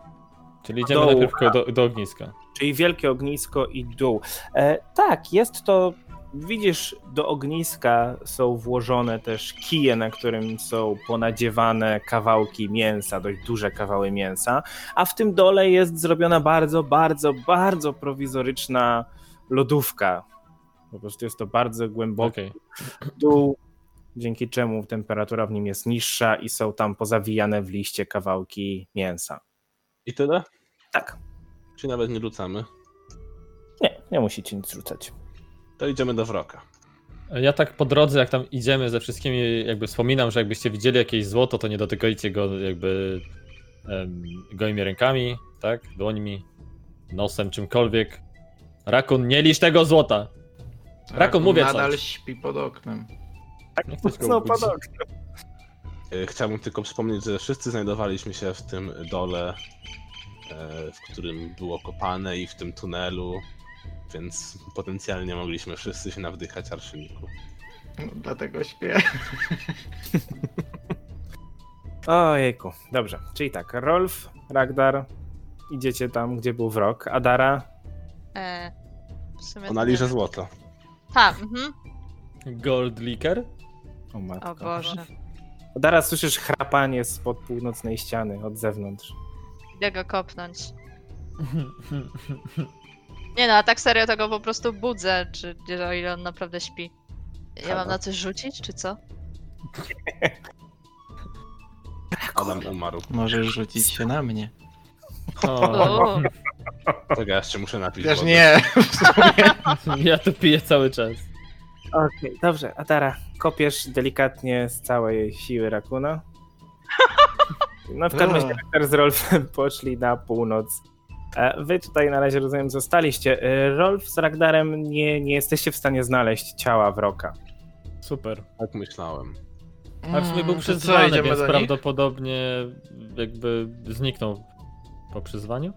Speaker 2: Czyli idziemy
Speaker 1: dołu.
Speaker 2: najpierw ko- do, do ogniska.
Speaker 1: Czyli wielkie ognisko i dół. E, tak, jest to. Widzisz, do ogniska są włożone też kije, na którym są ponadziewane kawałki mięsa, dość duże kawały mięsa, a w tym dole jest zrobiona bardzo, bardzo, bardzo prowizoryczna lodówka. Po prostu jest to bardzo głęboki
Speaker 2: Okej.
Speaker 1: dół, dzięki czemu temperatura w nim jest niższa i są tam pozawijane w liście kawałki mięsa.
Speaker 4: I tyle?
Speaker 1: Tak,
Speaker 4: Czy nawet nie rzucamy?
Speaker 1: nie, nie musicie nic rzucać.
Speaker 4: To idziemy do wroka.
Speaker 2: Ja tak po drodze, jak tam idziemy ze wszystkimi, jakby wspominam, że jakbyście widzieli jakieś złoto, to nie dotykajcie go jakby em, gołymi rękami, tak? Dłońmi, nosem, czymkolwiek. Rakun, nie licz tego złota! Rakun, mówię
Speaker 3: Tak, Nadal
Speaker 2: coś.
Speaker 3: śpi pod oknem.
Speaker 4: Tak,
Speaker 2: Nie chcę go
Speaker 1: No,
Speaker 2: obudzić.
Speaker 1: podobnie.
Speaker 4: E, Chciałbym tylko przypomnieć, że wszyscy znajdowaliśmy się w tym dole, e, w którym było kopane i w tym tunelu, więc potencjalnie mogliśmy wszyscy się nawdychać arszeniku.
Speaker 3: No, dlatego śpię.
Speaker 1: Ojejku, dobrze. Czyli tak, Rolf, Ragdar, idziecie tam, gdzie był wrok, Adara,
Speaker 5: E, w sumie
Speaker 4: Ona
Speaker 5: to nie
Speaker 4: liże
Speaker 5: wiem.
Speaker 4: złoto.
Speaker 5: Ha, mhm.
Speaker 2: Gold liquor?
Speaker 1: o matko.
Speaker 5: O Boże.
Speaker 1: Adara, słyszysz chrapanie spod północnej ściany, od zewnątrz.
Speaker 5: Idę go kopnąć. Nie no, a tak serio to go po prostu budzę, czy czy o ile on naprawdę śpi. Ja mam na coś rzucić, czy co?
Speaker 4: Adam umarł.
Speaker 3: Możesz rzucić się na mnie.
Speaker 2: O,
Speaker 5: Uuu,
Speaker 4: Tego Tak, ja jeszcze muszę napić.
Speaker 3: Chociaż
Speaker 4: wody.
Speaker 3: nie,
Speaker 2: ja to piję cały czas.
Speaker 1: Okej, dobrze, Adara, kopiesz delikatnie z całej siły rakuna. No w każdym razie Ragdar z Rolfem poszli na północ. E, Wy tutaj na razie, rozumiem, zostaliście. E, Rolf z Ragdarem nie, nie jesteście w stanie znaleźć ciała wroka.
Speaker 2: Super.
Speaker 4: Tak myślałem.
Speaker 2: A w sumie był
Speaker 3: Mm, to co,
Speaker 2: przyzwany,
Speaker 3: idziemy
Speaker 2: więc
Speaker 3: do nich?
Speaker 2: prawdopodobnie jakby zniknął po przyzwaniu.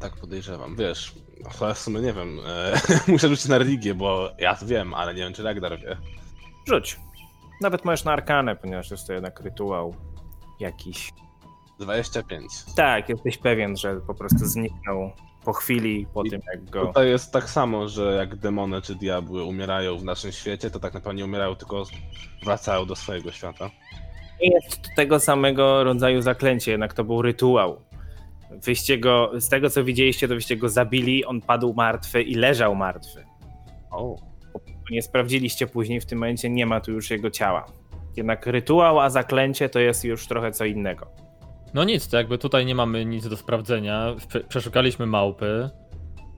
Speaker 4: Tak podejrzewam. Wiesz, no, to ja w sumie nie wiem. e, muszę rzucić na religię, bo ja wiem, ale nie wiem, czy Ragnar wie.
Speaker 1: Rzuć. Nawet możesz na arkanę, ponieważ jest to jednak rytuał jakiś.
Speaker 4: 25.
Speaker 1: Tak, jesteś pewien, że po prostu zniknął po chwili, po
Speaker 4: I
Speaker 1: tym jak go.
Speaker 4: Tutaj jest tak samo, że jak demony czy diabły umierają w naszym świecie, to tak naprawdę nie umierają, tylko wracają do swojego świata.
Speaker 1: Nie jest to tego samego rodzaju zaklęcie, jednak to był rytuał. Wyście go, z tego co widzieliście, to wyście go zabili, on padł martwy i leżał martwy.
Speaker 4: O.
Speaker 1: Nie sprawdziliście później, w tym momencie nie ma tu już jego ciała. Jednak rytuał, a zaklęcie to jest już trochę co innego.
Speaker 2: No nic, to jakby tutaj nie mamy nic do sprawdzenia. Prze- Przeszukaliśmy małpy.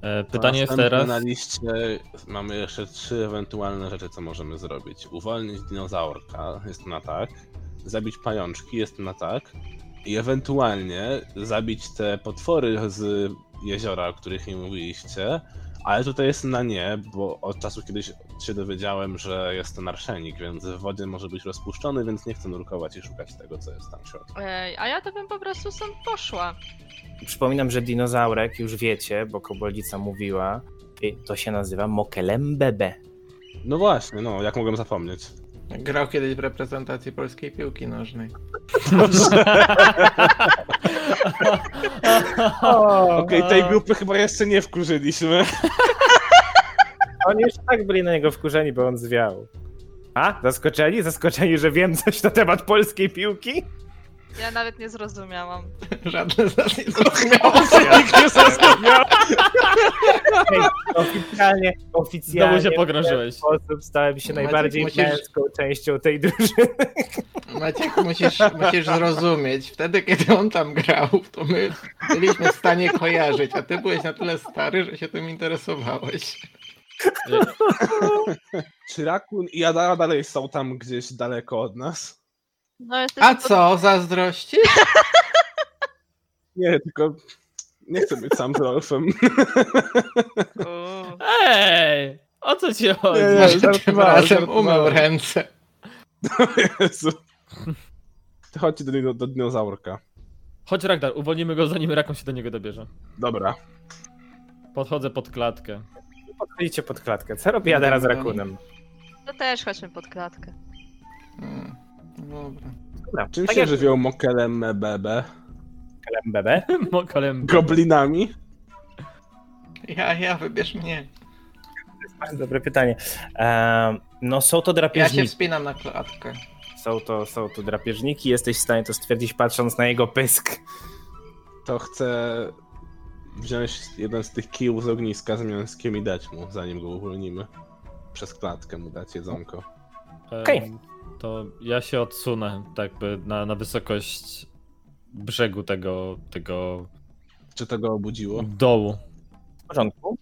Speaker 2: E, Pytanie jest teraz.
Speaker 4: Na liście mamy jeszcze trzy ewentualne rzeczy, co możemy zrobić. Uwolnić dinozaurka, jest na tak. Zabić pajączki, jest na tak. I ewentualnie zabić te potwory z jeziora, o których nie mówiliście. Ale tutaj jest na nie, bo od czasu kiedyś się dowiedziałem, że jest to narszenik, więc w wodzie może być rozpuszczony, więc nie chcę nurkować i szukać tego, co jest tam w środku.
Speaker 5: Ej, a ja to bym po prostu stąd poszła.
Speaker 1: Przypominam, że dinozaurek już wiecie, bo koboldzica mówiła. i To się nazywa Mokelembebe.
Speaker 4: No właśnie, no, jak mogłem zapomnieć.
Speaker 3: Grał kiedyś w reprezentacji polskiej piłki nożnej.
Speaker 4: Okej, tej grupy chyba jeszcze nie wkurzyliśmy.
Speaker 1: Oni już tak byli na niego wkurzeni, bo on zwiał. A? Zaskoczeni? Zaskoczeni, że wiem coś na temat polskiej piłki?
Speaker 5: Ja nawet nie zrozumiałam.
Speaker 3: Żadne z nas nie zrozumiało.
Speaker 4: Nikt nie zrozumiał.
Speaker 1: Ej, oficjalnie, oficjalnie
Speaker 2: Znowu się pogrążyłeś.
Speaker 1: w ten sposób stałem się
Speaker 3: Maciek,
Speaker 1: najbardziej
Speaker 3: musisz-
Speaker 1: męską częścią tej drużyny.
Speaker 3: Maciek, musisz, musisz zrozumieć, wtedy kiedy on tam grał, to my byliśmy w stanie kojarzyć, a ty byłeś na tyle stary, że się tym interesowałeś.
Speaker 4: Czy Rakun i Adara dalej są tam gdzieś daleko od nas?
Speaker 5: No jesteś
Speaker 3: A co, zazdrości?
Speaker 4: Nie, tylko nie chcę być sam z Rolfem.
Speaker 5: Uuu.
Speaker 2: Ej! O co ci chodzi?
Speaker 4: Nie, nie.
Speaker 3: Może tym
Speaker 4: żartowałem,
Speaker 3: razem
Speaker 4: żartowałem.
Speaker 3: umył ręce.
Speaker 4: No Jezu. To Chodźcie do, niego- do dinozaurka.
Speaker 2: Chodź Ragdar, uwolnimy go zanim Rakun się do niego dobierze.
Speaker 4: Dobra.
Speaker 2: Podchodzę pod klatkę.
Speaker 1: Podchodzicie pod klatkę. Co robi
Speaker 3: no.
Speaker 1: Adara z Rakunem?
Speaker 5: To też chodźmy pod klatkę.
Speaker 3: Hmm, Dobra.
Speaker 1: Dobra,
Speaker 4: Czym
Speaker 1: tak
Speaker 4: się
Speaker 1: jak
Speaker 4: żywią mokelem bebe?
Speaker 1: MBB.
Speaker 2: Mokalem.
Speaker 4: Goblinami?
Speaker 3: Ja, ja, wybierz mnie.
Speaker 1: Bardzo dobre pytanie. Em, no są to
Speaker 3: Ja się
Speaker 1: drapieżniki.
Speaker 3: wspinam na klatkę.
Speaker 1: Są to, są to drapieżniki, jesteś w stanie to stwierdzić patrząc na jego pysk.
Speaker 4: To chcę wziąć jeden z tych kijów z ogniska z mięskiem i dać mu, zanim go uwolnimy. Przez klatkę mu dać jedzonko.
Speaker 1: Okej.
Speaker 2: Em, To ja się odsunę, tak by na, na wysokość brzegu tego, tego
Speaker 4: Czy to go obudziło?
Speaker 2: dołu.
Speaker 1: W porządku.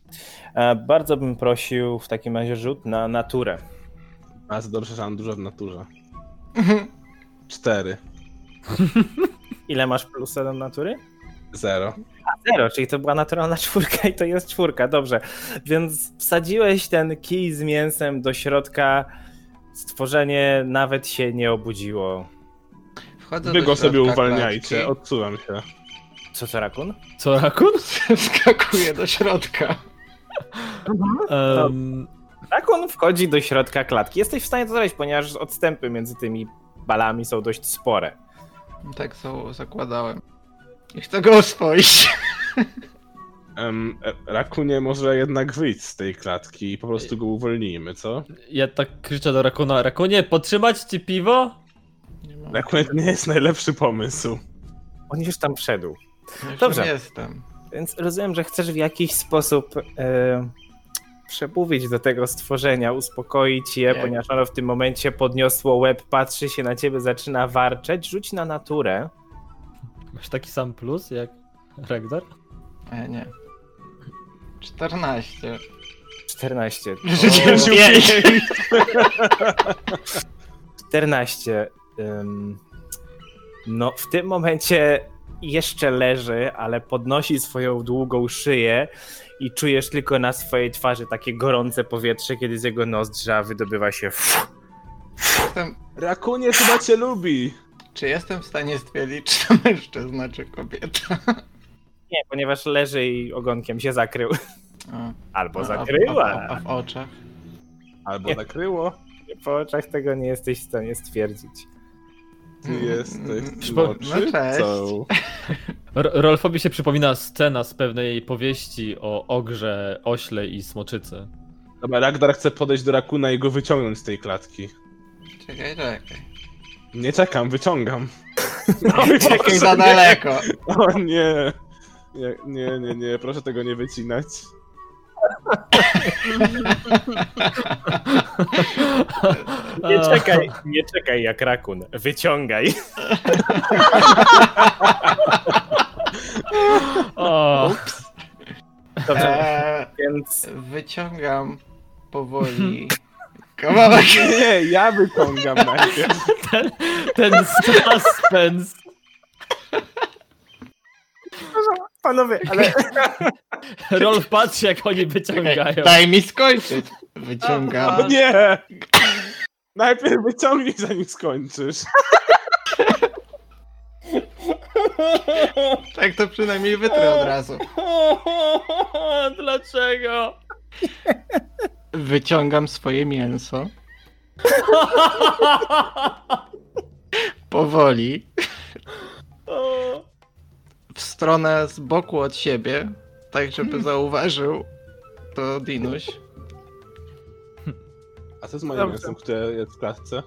Speaker 1: E, bardzo bym prosił w takim razie rzut na naturę.
Speaker 4: Bardzo dobrze, że mam dużo w naturze. Cztery,
Speaker 1: Ile masz plusa do natury?
Speaker 4: zero.
Speaker 1: Zero, czyli to była naturalna czwórka i to jest czwórka, dobrze. Więc wsadziłeś ten kij z mięsem do środka, stworzenie nawet się nie obudziło.
Speaker 3: Wchodzę
Speaker 4: Wy
Speaker 3: do
Speaker 4: go sobie
Speaker 3: środka
Speaker 4: uwalniajcie,
Speaker 3: klatki,
Speaker 4: odsuwam się.
Speaker 1: Co to, Rakun?
Speaker 2: Co, Rakun?
Speaker 3: Wskakuję do środka.
Speaker 2: Em,
Speaker 1: Rakun wchodzi do środka klatki. Jesteś w stanie to zrobić, ponieważ odstępy między tymi balami są dość spore.
Speaker 3: Tak so, zakładałem. I chcę go oswoić.
Speaker 4: Em, e, Rakunie, może jednak wyjdź z tej klatki i po prostu go uwolnijmy, co?
Speaker 2: ja tak krzyczę do Rakuna, Rakunie, potrzymać ci piwo?
Speaker 3: Nie mam.
Speaker 4: Rakunie to nie jest najlepszy pomysł.
Speaker 1: On już tam wszedł.
Speaker 3: Już
Speaker 1: Dobrze.
Speaker 3: tam jestem.
Speaker 1: Więc rozumiem, że chcesz w jakiś sposób e, przemówić do tego stworzenia, uspokoić je,
Speaker 3: Tak.
Speaker 1: ponieważ ono w tym momencie podniosło łeb, patrzy się na ciebie, zaczyna warczeć. Rzuć na naturę.
Speaker 2: Masz taki sam plus jak Ragdar?
Speaker 3: E, nie. 14.
Speaker 1: 14.
Speaker 3: Życie
Speaker 1: O,
Speaker 3: pięć.
Speaker 1: 14. Ym, no, w tym momencie jeszcze leży, ale podnosi swoją długą szyję i czujesz tylko na swojej twarzy takie gorące powietrze, kiedy z jego nozdrza wydobywa się.
Speaker 3: Jestem,
Speaker 4: Rakunie chyba cię lubi.
Speaker 3: czy jestem w stanie stwierdzić, czy to mężczyzna, czy kobieta?
Speaker 1: Nie, ponieważ leży i ogonkiem się zakrył.
Speaker 3: A,
Speaker 1: Albo
Speaker 3: a-
Speaker 1: zakryła.
Speaker 3: A, a, a w oczach.
Speaker 4: Albo nakryło.
Speaker 1: Po oczach tego nie jesteś w stanie stwierdzić.
Speaker 4: Ty jesteś.
Speaker 2: No
Speaker 4: oczy
Speaker 3: cześć.
Speaker 4: są-
Speaker 2: R- Rolfowi się przypomina scena z pewnej powieści o ogrze, ośle i smoczycy.
Speaker 4: Dobra, Ragdar chce podejść do Rakuna i go wyciągnąć z tej klatki.
Speaker 3: Czekaj, czekaj.
Speaker 4: Nie czekam, wyciągam.
Speaker 1: No,
Speaker 3: Czekaj za daleko.
Speaker 4: O nie. Nie, nie, nie, nie, proszę tego nie wycinać.
Speaker 1: Nie czekaj, nie czekaj jak rakun. Wyciągaj.
Speaker 2: O,
Speaker 1: Dobrze,
Speaker 3: Eee,
Speaker 1: więc
Speaker 3: wyciągam powoli kawałek.
Speaker 4: Nie, ja wyciągam najpierw.
Speaker 2: ten, ten suspens.
Speaker 1: panowie, ale
Speaker 2: Rolf patrzy jak oni
Speaker 3: Czekaj,
Speaker 2: wyciągają.
Speaker 3: daj mi skończyć. Wyciągam.
Speaker 4: O nie! Najpierw wyciągnij, zanim skończysz.
Speaker 3: Tak to przynajmniej wytrę od razu.
Speaker 2: Dlaczego?
Speaker 3: Wyciągam swoje mięso. Powoli. W stronę z boku od siebie. Tak, żeby zauważył. To Dinuś.
Speaker 4: A co z moim
Speaker 1: Dobrze.
Speaker 4: mięsem, które jest w klatce?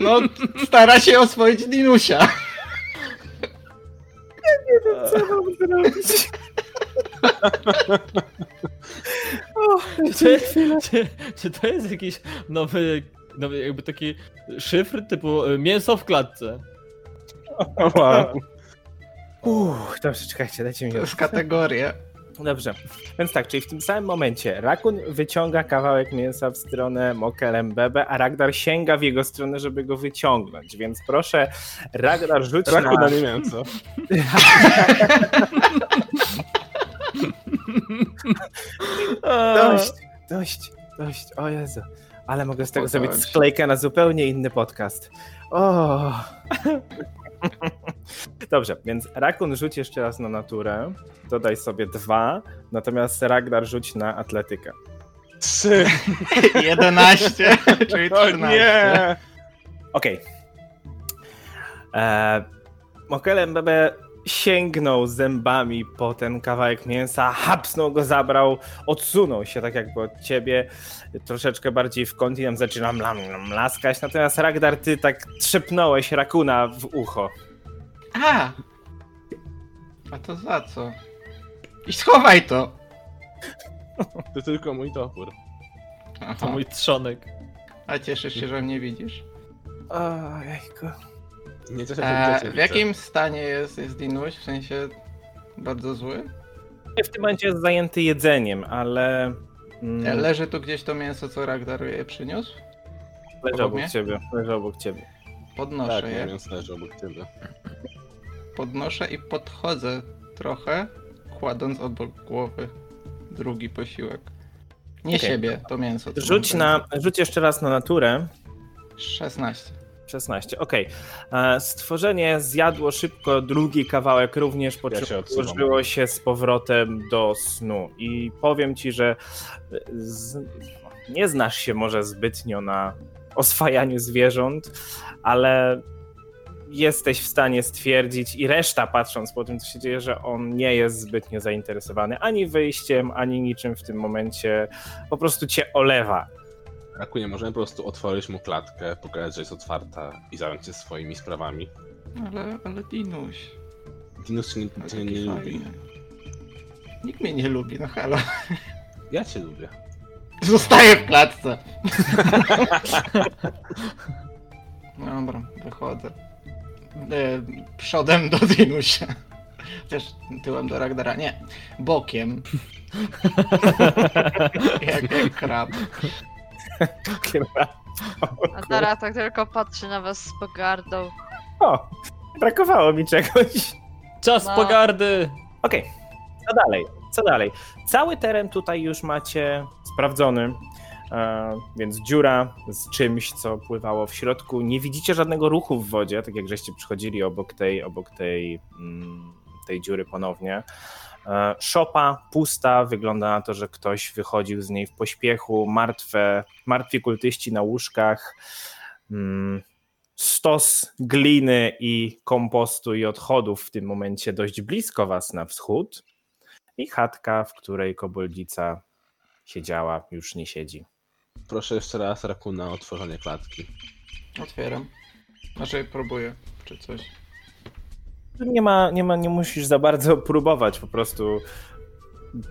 Speaker 3: No, stara się oswoić Dinusia.
Speaker 2: Czy, czy, czy to jest jakiś nowy, nowy jakby taki szyfr typu y, mięso w klatce?
Speaker 4: Wow.
Speaker 1: Uff, dobrze, czekajcie, dajcie mi
Speaker 3: To jest kategoria.
Speaker 1: Dobrze, więc tak, czyli w tym samym momencie Rakun wyciąga kawałek mięsa w stronę Mokelem Bebe, a Ragdar sięga w jego stronę, żeby go wyciągnąć, więc proszę, Ragdar rzuć
Speaker 4: Raku
Speaker 1: na...
Speaker 4: na nie mięso.
Speaker 1: Dość, dość, dość, o Jezu. Ale mogę z tego
Speaker 3: Podoba
Speaker 1: zrobić
Speaker 3: mi się.
Speaker 1: sklejkę na zupełnie inny podcast. O. Dobrze, więc Rakun rzuć jeszcze raz na naturę, dodaj sobie dwa, natomiast Ragdar rzuć na atletykę.
Speaker 4: Trzy.
Speaker 3: 11, czyli
Speaker 4: O
Speaker 3: 13.
Speaker 4: nie!
Speaker 1: Okej. Okay. Mokele Mbebe sięgnął zębami po ten kawałek mięsa, hapsnął go, zabrał, odsunął się tak jakby od ciebie, troszeczkę bardziej w kąt i nam zaczyna mlam, mlam, laskać, natomiast Ragdar, ty tak trzepnąłeś rakuna w ucho.
Speaker 3: A! A to za co? I schowaj to!
Speaker 4: To tylko mój topór.
Speaker 2: To
Speaker 3: Aha.
Speaker 2: mój trzonek.
Speaker 3: A cieszysz się, że mnie widzisz?
Speaker 1: Ojejku.
Speaker 4: Nie cieszę się, że
Speaker 3: E,
Speaker 4: cię
Speaker 3: w
Speaker 4: widzę.
Speaker 3: jakim stanie jest, jest Dinuś? W sensie bardzo zły?
Speaker 1: W tym momencie jest zajęty jedzeniem, ale...
Speaker 4: No.
Speaker 1: Mm,
Speaker 3: E, Leży tu gdzieś to mięso, co Ragdar je przyniósł?
Speaker 1: leży
Speaker 3: obok
Speaker 1: obok
Speaker 3: mnie?
Speaker 1: ciebie, leży obok ciebie.
Speaker 3: Podnoszę
Speaker 4: Tak,
Speaker 3: je.
Speaker 4: mówiąc leży obok ciebie.
Speaker 3: Podnoszę i podchodzę trochę, kładąc obok głowy drugi posiłek. Nie
Speaker 1: Okej.
Speaker 3: siebie, to mięso. to
Speaker 1: Rzuć,
Speaker 3: mięso.
Speaker 1: na, rzuć jeszcze raz na naturę.
Speaker 3: 16.
Speaker 1: 16, okej. E, Stworzenie zjadło szybko drugi kawałek również, po
Speaker 4: Ja
Speaker 1: czym
Speaker 4: się odsuwam.
Speaker 1: odłożyło się z powrotem do snu. I powiem ci, że e, z... nie znasz się może zbytnio na oswajaniu zwierząt, ale jesteś w stanie stwierdzić i reszta patrząc po tym, co się dzieje, że on nie jest zbytnio zainteresowany ani wyjściem, ani niczym w tym momencie. Po prostu cię olewa.
Speaker 4: Rakunie, możemy po prostu otworzyć mu klatkę, pokazać, że jest otwarta i zająć się swoimi sprawami.
Speaker 3: Ale, ale Dinuś.
Speaker 4: Dinus cię nie,
Speaker 3: ale
Speaker 4: cię nie
Speaker 3: No, taki
Speaker 4: lubi.
Speaker 3: fajny. Nikt mnie nie lubi, no halo.
Speaker 4: Ja cię lubię.
Speaker 3: Zostaję w klatce. Dobra, wychodzę. E, przodem do Dinusia. Też tyłem do Ragdara. Nie, bokiem. jak, jak krab.
Speaker 5: A Dara tak tylko patrzy na was z pogardą.
Speaker 1: O, brakowało mi czegoś.
Speaker 2: Czas
Speaker 5: No.
Speaker 2: pogardy!
Speaker 1: Okej, co dalej? Co dalej? Cały teren tutaj już macie sprawdzony, e, więc dziura z czymś, co pływało w środku. Nie widzicie żadnego ruchu w wodzie, tak jak żeście przychodzili obok tej, obok tej, mm, tej dziury ponownie. E, Szopa pusta, wygląda na to, że ktoś wychodził z niej w pośpiechu. Martwe, martwi kultyści na łóżkach. Mm, stos gliny i kompostu i odchodów w tym momencie dość blisko was na wschód i chatka, w której koboldzica siedziała, już nie siedzi.
Speaker 4: Proszę jeszcze raz Rakuna o otworzenie klatki.
Speaker 3: Otwieram. Znaczy próbuję, czy coś.
Speaker 1: Nie ma, nie ma, nie musisz za bardzo próbować, po prostu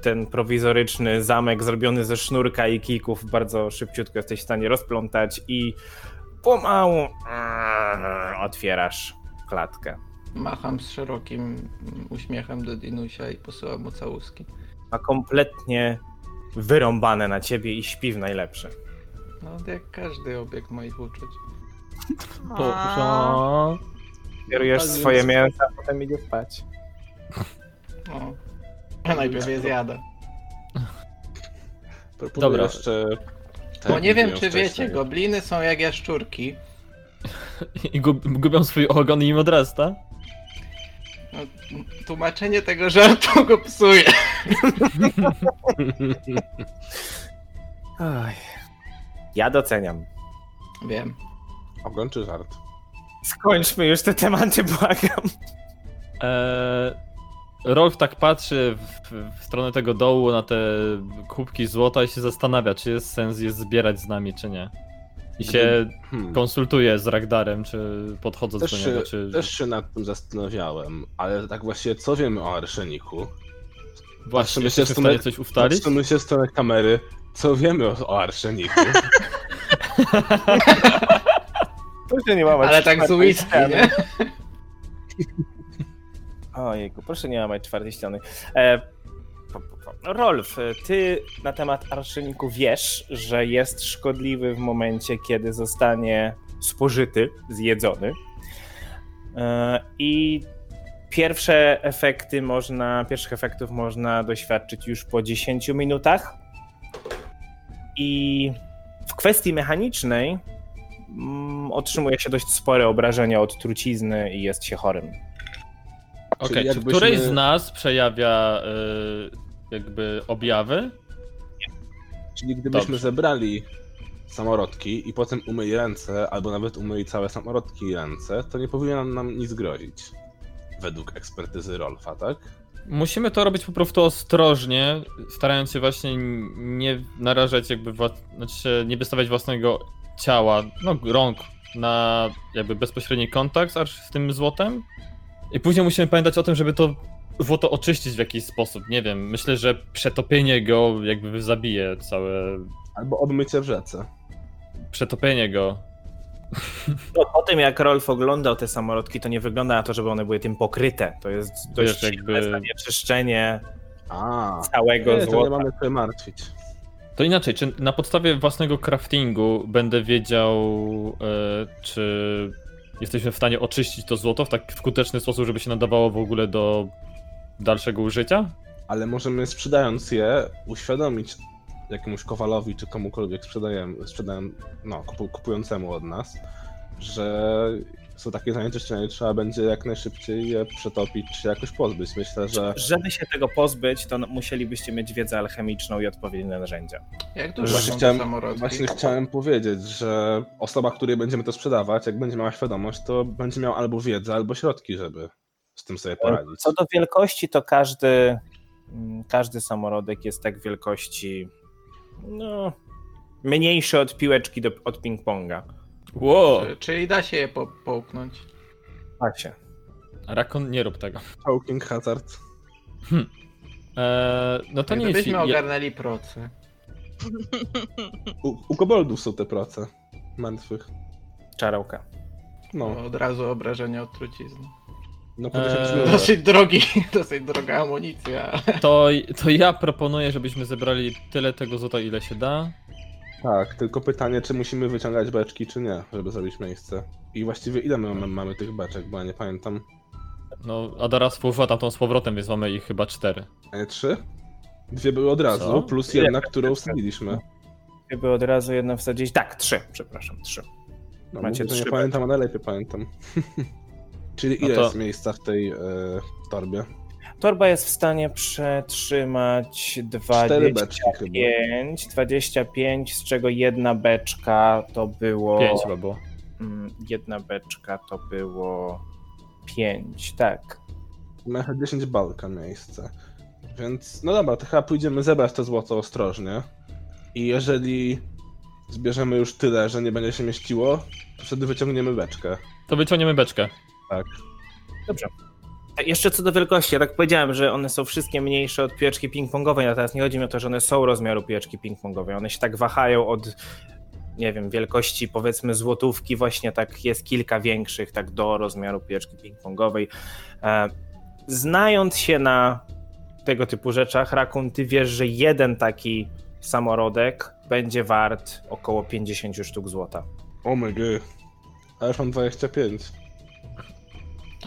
Speaker 1: ten prowizoryczny zamek zrobiony ze sznurka i kików bardzo szybciutko jesteś w stanie rozplątać i pomału mm, otwierasz klatkę.
Speaker 3: Macham z szerokim mm, uśmiechem do Dinusia i posyłam mu całuski.
Speaker 1: Ma kompletnie wyrąbane na ciebie i śpi w najlepsze.
Speaker 3: No, jak każdy obiekt moich uczuć.
Speaker 5: A,
Speaker 2: Boże.
Speaker 1: Kierujesz
Speaker 4: Tak więc-
Speaker 1: swoje mięsa, a potem idzie spać.
Speaker 3: No. Ja najpierw je zjadę.
Speaker 4: Proponuję
Speaker 2: Dobra.
Speaker 4: jeszcze...
Speaker 3: Bo nie wiem, czy
Speaker 4: Tak, wcześniej.
Speaker 3: wiecie, gobliny są jak jaszczurki.
Speaker 2: I gub, gubią swój ogon i im odrasta.
Speaker 3: No, tłumaczenie tego żartu go psuje.
Speaker 1: Ja doceniam.
Speaker 3: Wiem.
Speaker 4: Ogon czy żart?
Speaker 1: Skończmy już te tematy, błagam.
Speaker 2: Eee, Rolf tak patrzy w, w- w stronę tego dołu na te kubki złota i się zastanawia, czy jest sens je zbierać z nami, czy nie. I się
Speaker 4: Hmm.
Speaker 2: konsultuje z Ragdarem, czy podchodząc
Speaker 4: Też
Speaker 2: do niego,
Speaker 4: się,
Speaker 2: czy...
Speaker 4: też się nad tym zastanawiałem, ale tak właściwie co wiemy o arszeniku?
Speaker 2: Właśnie,
Speaker 4: Patrzymy się
Speaker 2: jesteśmy w stanie
Speaker 4: w stronę-
Speaker 2: coś ustalić?
Speaker 4: Patrzymy się w stronę kamery, co wiemy o, o arszeniku?
Speaker 1: Proszę nie łamać
Speaker 3: Ale tak z whisky, nie?
Speaker 1: Ojejku, proszę nie łamać czwartej ściany. E, po, po, po. Rolf, e, ty na temat arszeniku wiesz, że jest szkodliwy w momencie, kiedy zostanie spożyty, zjedzony. E, I pierwsze efekty można, pierwszych efektów można doświadczyć już po 10 minutach. I w kwestii mechanicznej mm, otrzymuje się dość spore obrażenia od trucizny i jest się chorym.
Speaker 2: Okej,
Speaker 4: Czyli
Speaker 2: czy
Speaker 4: jakbyśmy-
Speaker 2: któryś z nas przejawia y, jakby objawy?
Speaker 4: Czyli gdybyśmy
Speaker 2: Dobrze.
Speaker 4: zebrali samorodki i potem umyj ręce, albo nawet umyj całe samorodki i ręce, to nie powinno nam nic grozić. Według ekspertyzy Rolfa, tak?
Speaker 2: Musimy to robić po prostu ostrożnie, starając się właśnie nie narażać jakby, wła- znaczy się nie wystawiać własnego ciała, no rąk na jakby bezpośredni kontakt z arsz- z tym złotem. I później musimy pamiętać o tym, żeby to złoto oczyścić w jakiś sposób, nie wiem, myślę, że przetopienie go jakby zabije całe,
Speaker 4: Albo obmycie w rzece.
Speaker 2: przetopienie go.
Speaker 1: Po, No, po tym jak Rolf oglądał te samorodki, to nie wygląda na to, żeby one były tym pokryte. To jest dość
Speaker 2: Wiesz, jakby-
Speaker 1: silne zanieczyszczenie
Speaker 4: A,
Speaker 1: całego
Speaker 4: nie, to nie
Speaker 1: złota.
Speaker 4: mamy się martwić.
Speaker 2: To inaczej, czy na podstawie własnego craftingu będę wiedział, e, czy jesteśmy w stanie oczyścić to złoto w tak skuteczny sposób, żeby się nadawało w ogóle do dalszego użycia?
Speaker 4: ale możemy sprzedając je uświadomić jakiemuś kowalowi czy komukolwiek sprzedajemy, sprzedałem, no, kupu, kupującemu od nas, że są takie zanieczyszczenia i trzeba będzie jak najszybciej je przetopić czy jakoś pozbyć. Myślę, że
Speaker 1: Żeby się tego pozbyć, to musielibyście mieć wiedzę alchemiczną i odpowiednie narzędzia.
Speaker 3: Jak dużo
Speaker 4: właśnie
Speaker 3: są te
Speaker 4: chciałem,
Speaker 3: samorodki?
Speaker 4: właśnie chciałem powiedzieć, że osoba, której będziemy to sprzedawać, jak będzie miała świadomość, to będzie miał albo wiedzę, albo środki, żeby z tym sobie poradzić.
Speaker 1: Co do wielkości, to każdy, mm, każdy samorodek jest tak wielkości no, mniejszy od piłeczki do, od ping-ponga.
Speaker 2: Wow!
Speaker 3: Czyli da się je po, połknąć.
Speaker 1: Patrzcie.
Speaker 2: Rakon, nie rób tego.
Speaker 4: Talking Hazard.
Speaker 2: E, no to nie jest...
Speaker 3: Gdybyśmy
Speaker 2: Ja,
Speaker 3: ogarnęli procy.
Speaker 4: U, u koboldów są te prace martwych.
Speaker 1: Czarałka.
Speaker 4: No,
Speaker 3: To od razu obrażenia od trucizny.
Speaker 4: no
Speaker 2: Eee.
Speaker 4: eee...
Speaker 3: Dosyć drogi, dosyć droga amunicja.
Speaker 2: to, to ja proponuję, żebyśmy zebrali tyle tego złota, ile się da.
Speaker 4: Tak, tylko pytanie, czy musimy wyciągać beczki, czy nie, żeby zrobić miejsce. I właściwie ile my mamy, mamy tych beczek, bo ja nie pamiętam.
Speaker 2: No, Adara spływa tam tą z powrotem, więc mamy ich chyba cztery.
Speaker 4: E, trzy? Dwie były od razu,
Speaker 2: Co?
Speaker 4: plus
Speaker 1: Ile?
Speaker 4: jedna, którą wstawiliśmy.
Speaker 1: Gdyby od razu jedną wsadzić. Tak, trzy, przepraszam, trzy.
Speaker 4: No,
Speaker 1: Macie
Speaker 4: Macie mówię, że
Speaker 1: trzy
Speaker 4: nie pamiętam, ale lepiej pamiętam. Czyli
Speaker 2: No
Speaker 4: ile
Speaker 2: to-
Speaker 4: jest miejsca w tej e, torbie?
Speaker 1: Torba jest w stanie przetrzymać
Speaker 4: Cztery beczki
Speaker 1: 25, 25, z czego jedna beczka to było.
Speaker 2: Pięć chyba było.
Speaker 1: Mm, Jedna beczka to było 5, tak.
Speaker 4: Mecha 10 balka miejsce. Więc no dobra, to chyba pójdziemy zebrać to złoto ostrożnie. I jeżeli zbierzemy już tyle, że nie będzie się mieściło, to wtedy wyciągniemy beczkę.
Speaker 2: To wyciągniemy beczkę.
Speaker 4: Tak.
Speaker 1: A Jeszcze co do wielkości, ja tak powiedziałem, że one są wszystkie mniejsze od piłeczki ping-pongowej, natomiast nie chodzi mi o to, że one są rozmiaru piłeczki ping-pongowej. One się tak wahają od, nie wiem, wielkości powiedzmy złotówki, właśnie tak jest kilka większych, tak do rozmiaru piłeczki ping-pongowej. E, Znając się na tego typu rzeczach, Rakun, ty wiesz, że jeden taki samorodek będzie wart około 50 sztuk złota.
Speaker 4: O my gry. A już mam 25.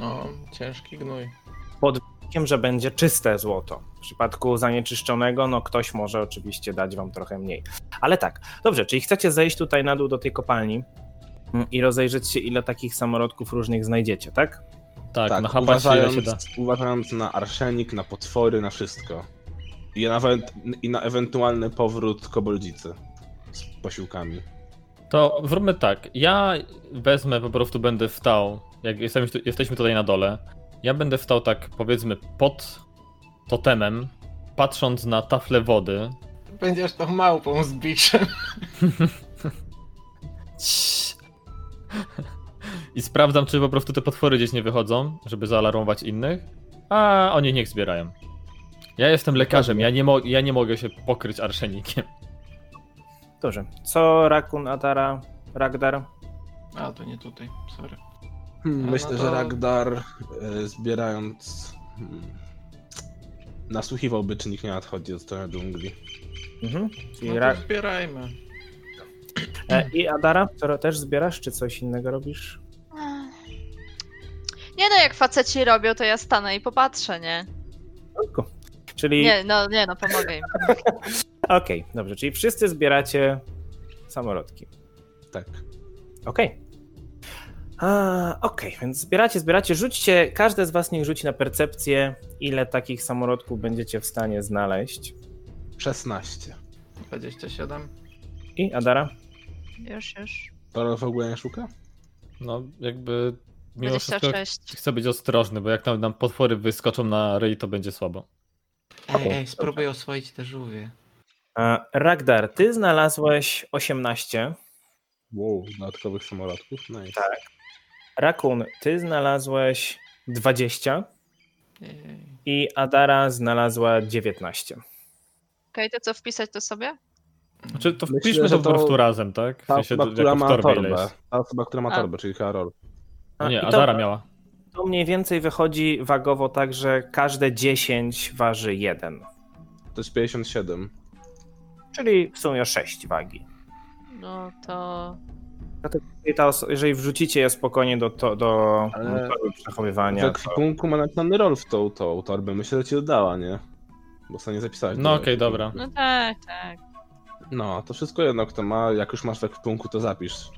Speaker 3: O, ciężki gnój.
Speaker 1: Wiem, że będzie czyste złoto. W przypadku zanieczyszczonego, no ktoś może oczywiście dać wam trochę mniej. Ale tak, dobrze, czyli chcecie zejść tutaj na dół do tej kopalni mm, i rozejrzeć się, ile takich samorodków różnych znajdziecie, tak?
Speaker 2: Tak, na hapa się, ile się da.
Speaker 4: uważając, uważając na arszenik, na potwory, na wszystko. I na, we- I na ewentualny powrót koboldzicy z posiłkami.
Speaker 2: To zróbmy tak. Ja wezmę, po prostu będę wstał. Jak jesteśmy, tu- jesteśmy tutaj na dole, ja będę wstał tak powiedzmy pod totemem, patrząc na taflę wody.
Speaker 3: Będziesz tą małpą z biczem.
Speaker 2: Ciii. I sprawdzam, czy po prostu te potwory gdzieś nie wychodzą, żeby zaalarmować innych, a oni niech zbierają. Ja jestem lekarzem, ja nie, mo- ja nie mogę się pokryć arszenikiem.
Speaker 1: Dobrze. Co Rakun, Atara, Ragdar?
Speaker 3: A, to nie tutaj, sorry.
Speaker 4: Hmm,
Speaker 3: No
Speaker 4: myślę,
Speaker 3: to-
Speaker 4: że Ragdar e, zbierając. Hmm, nasłuchiwałby, czy nikt nie nadchodzi od strony dżungli.
Speaker 1: Mhm. Czyli
Speaker 3: No
Speaker 1: Ra-
Speaker 3: to zbierajmy.
Speaker 1: e, I Adara, to też zbierasz, czy coś innego robisz?
Speaker 5: Nie no, jak faceci robią, to ja stanę i popatrzę, nie?
Speaker 1: Tylko. Czyli.
Speaker 5: Nie, no, nie no, pomogę im.
Speaker 1: Okej, dobrze, czyli wszyscy zbieracie samorodki.
Speaker 4: Tak.
Speaker 1: Okej. A, Okej, więc zbieracie, zbieracie, rzućcie, każdy z was niech rzuci na percepcję, ile takich samorodków będziecie w stanie znaleźć.
Speaker 4: 16.
Speaker 3: 27.
Speaker 1: I Adara?
Speaker 5: Już, już.
Speaker 4: Karol w ogóle nie szuka?
Speaker 2: No, jakby mimo wszystko
Speaker 5: 26.
Speaker 2: chcę być ostrożny, bo jak nam, nam potwory wyskoczą na ryj, to będzie słabo.
Speaker 3: Ej, ej, spróbuj oswoić te żółwie.
Speaker 1: E, Ragdar, ty znalazłeś 18.
Speaker 4: Wow, dodatkowych samolotków? Nice.
Speaker 1: Tak. Rakun, ty znalazłeś 20.
Speaker 3: Ej.
Speaker 1: I Adara znalazła 19.
Speaker 5: Okej, to co wpisać to sobie?
Speaker 2: Znaczy, to
Speaker 4: Myślę,
Speaker 2: wpiszmy to
Speaker 4: że
Speaker 2: po
Speaker 4: to-
Speaker 2: prostu razem, tak? W
Speaker 4: Ta
Speaker 2: sensie,
Speaker 4: osoba,
Speaker 2: jako
Speaker 4: która
Speaker 2: w
Speaker 4: ma
Speaker 2: torbie ile
Speaker 4: torbę.
Speaker 2: jest.
Speaker 4: Ta osoba, która ma
Speaker 5: A.
Speaker 4: torbę, czyli Karol.
Speaker 1: A,
Speaker 2: Nie,
Speaker 1: i to-
Speaker 2: Azara miała.
Speaker 1: To mniej więcej wychodzi wagowo tak, że każde 10 waży 1,
Speaker 4: To jest 57.
Speaker 1: czyli w sumie 6 wagi.
Speaker 5: No to.
Speaker 1: Jeżeli, ta oso- jeżeli wrzucicie je spokojnie do, to, do
Speaker 4: Ale-
Speaker 1: torby
Speaker 4: W
Speaker 1: przechowywania, to
Speaker 4: ekwipunku ma napisany rol w tą, tą torbę. Myślę, że ci dodała, nie? Bo sobie nie zapisałeś.
Speaker 2: No
Speaker 4: tego.
Speaker 2: okej, dobra.
Speaker 5: No tak, tak.
Speaker 4: No, to wszystko jedno, kto ma. Jak już masz w ekwipunku, to zapisz.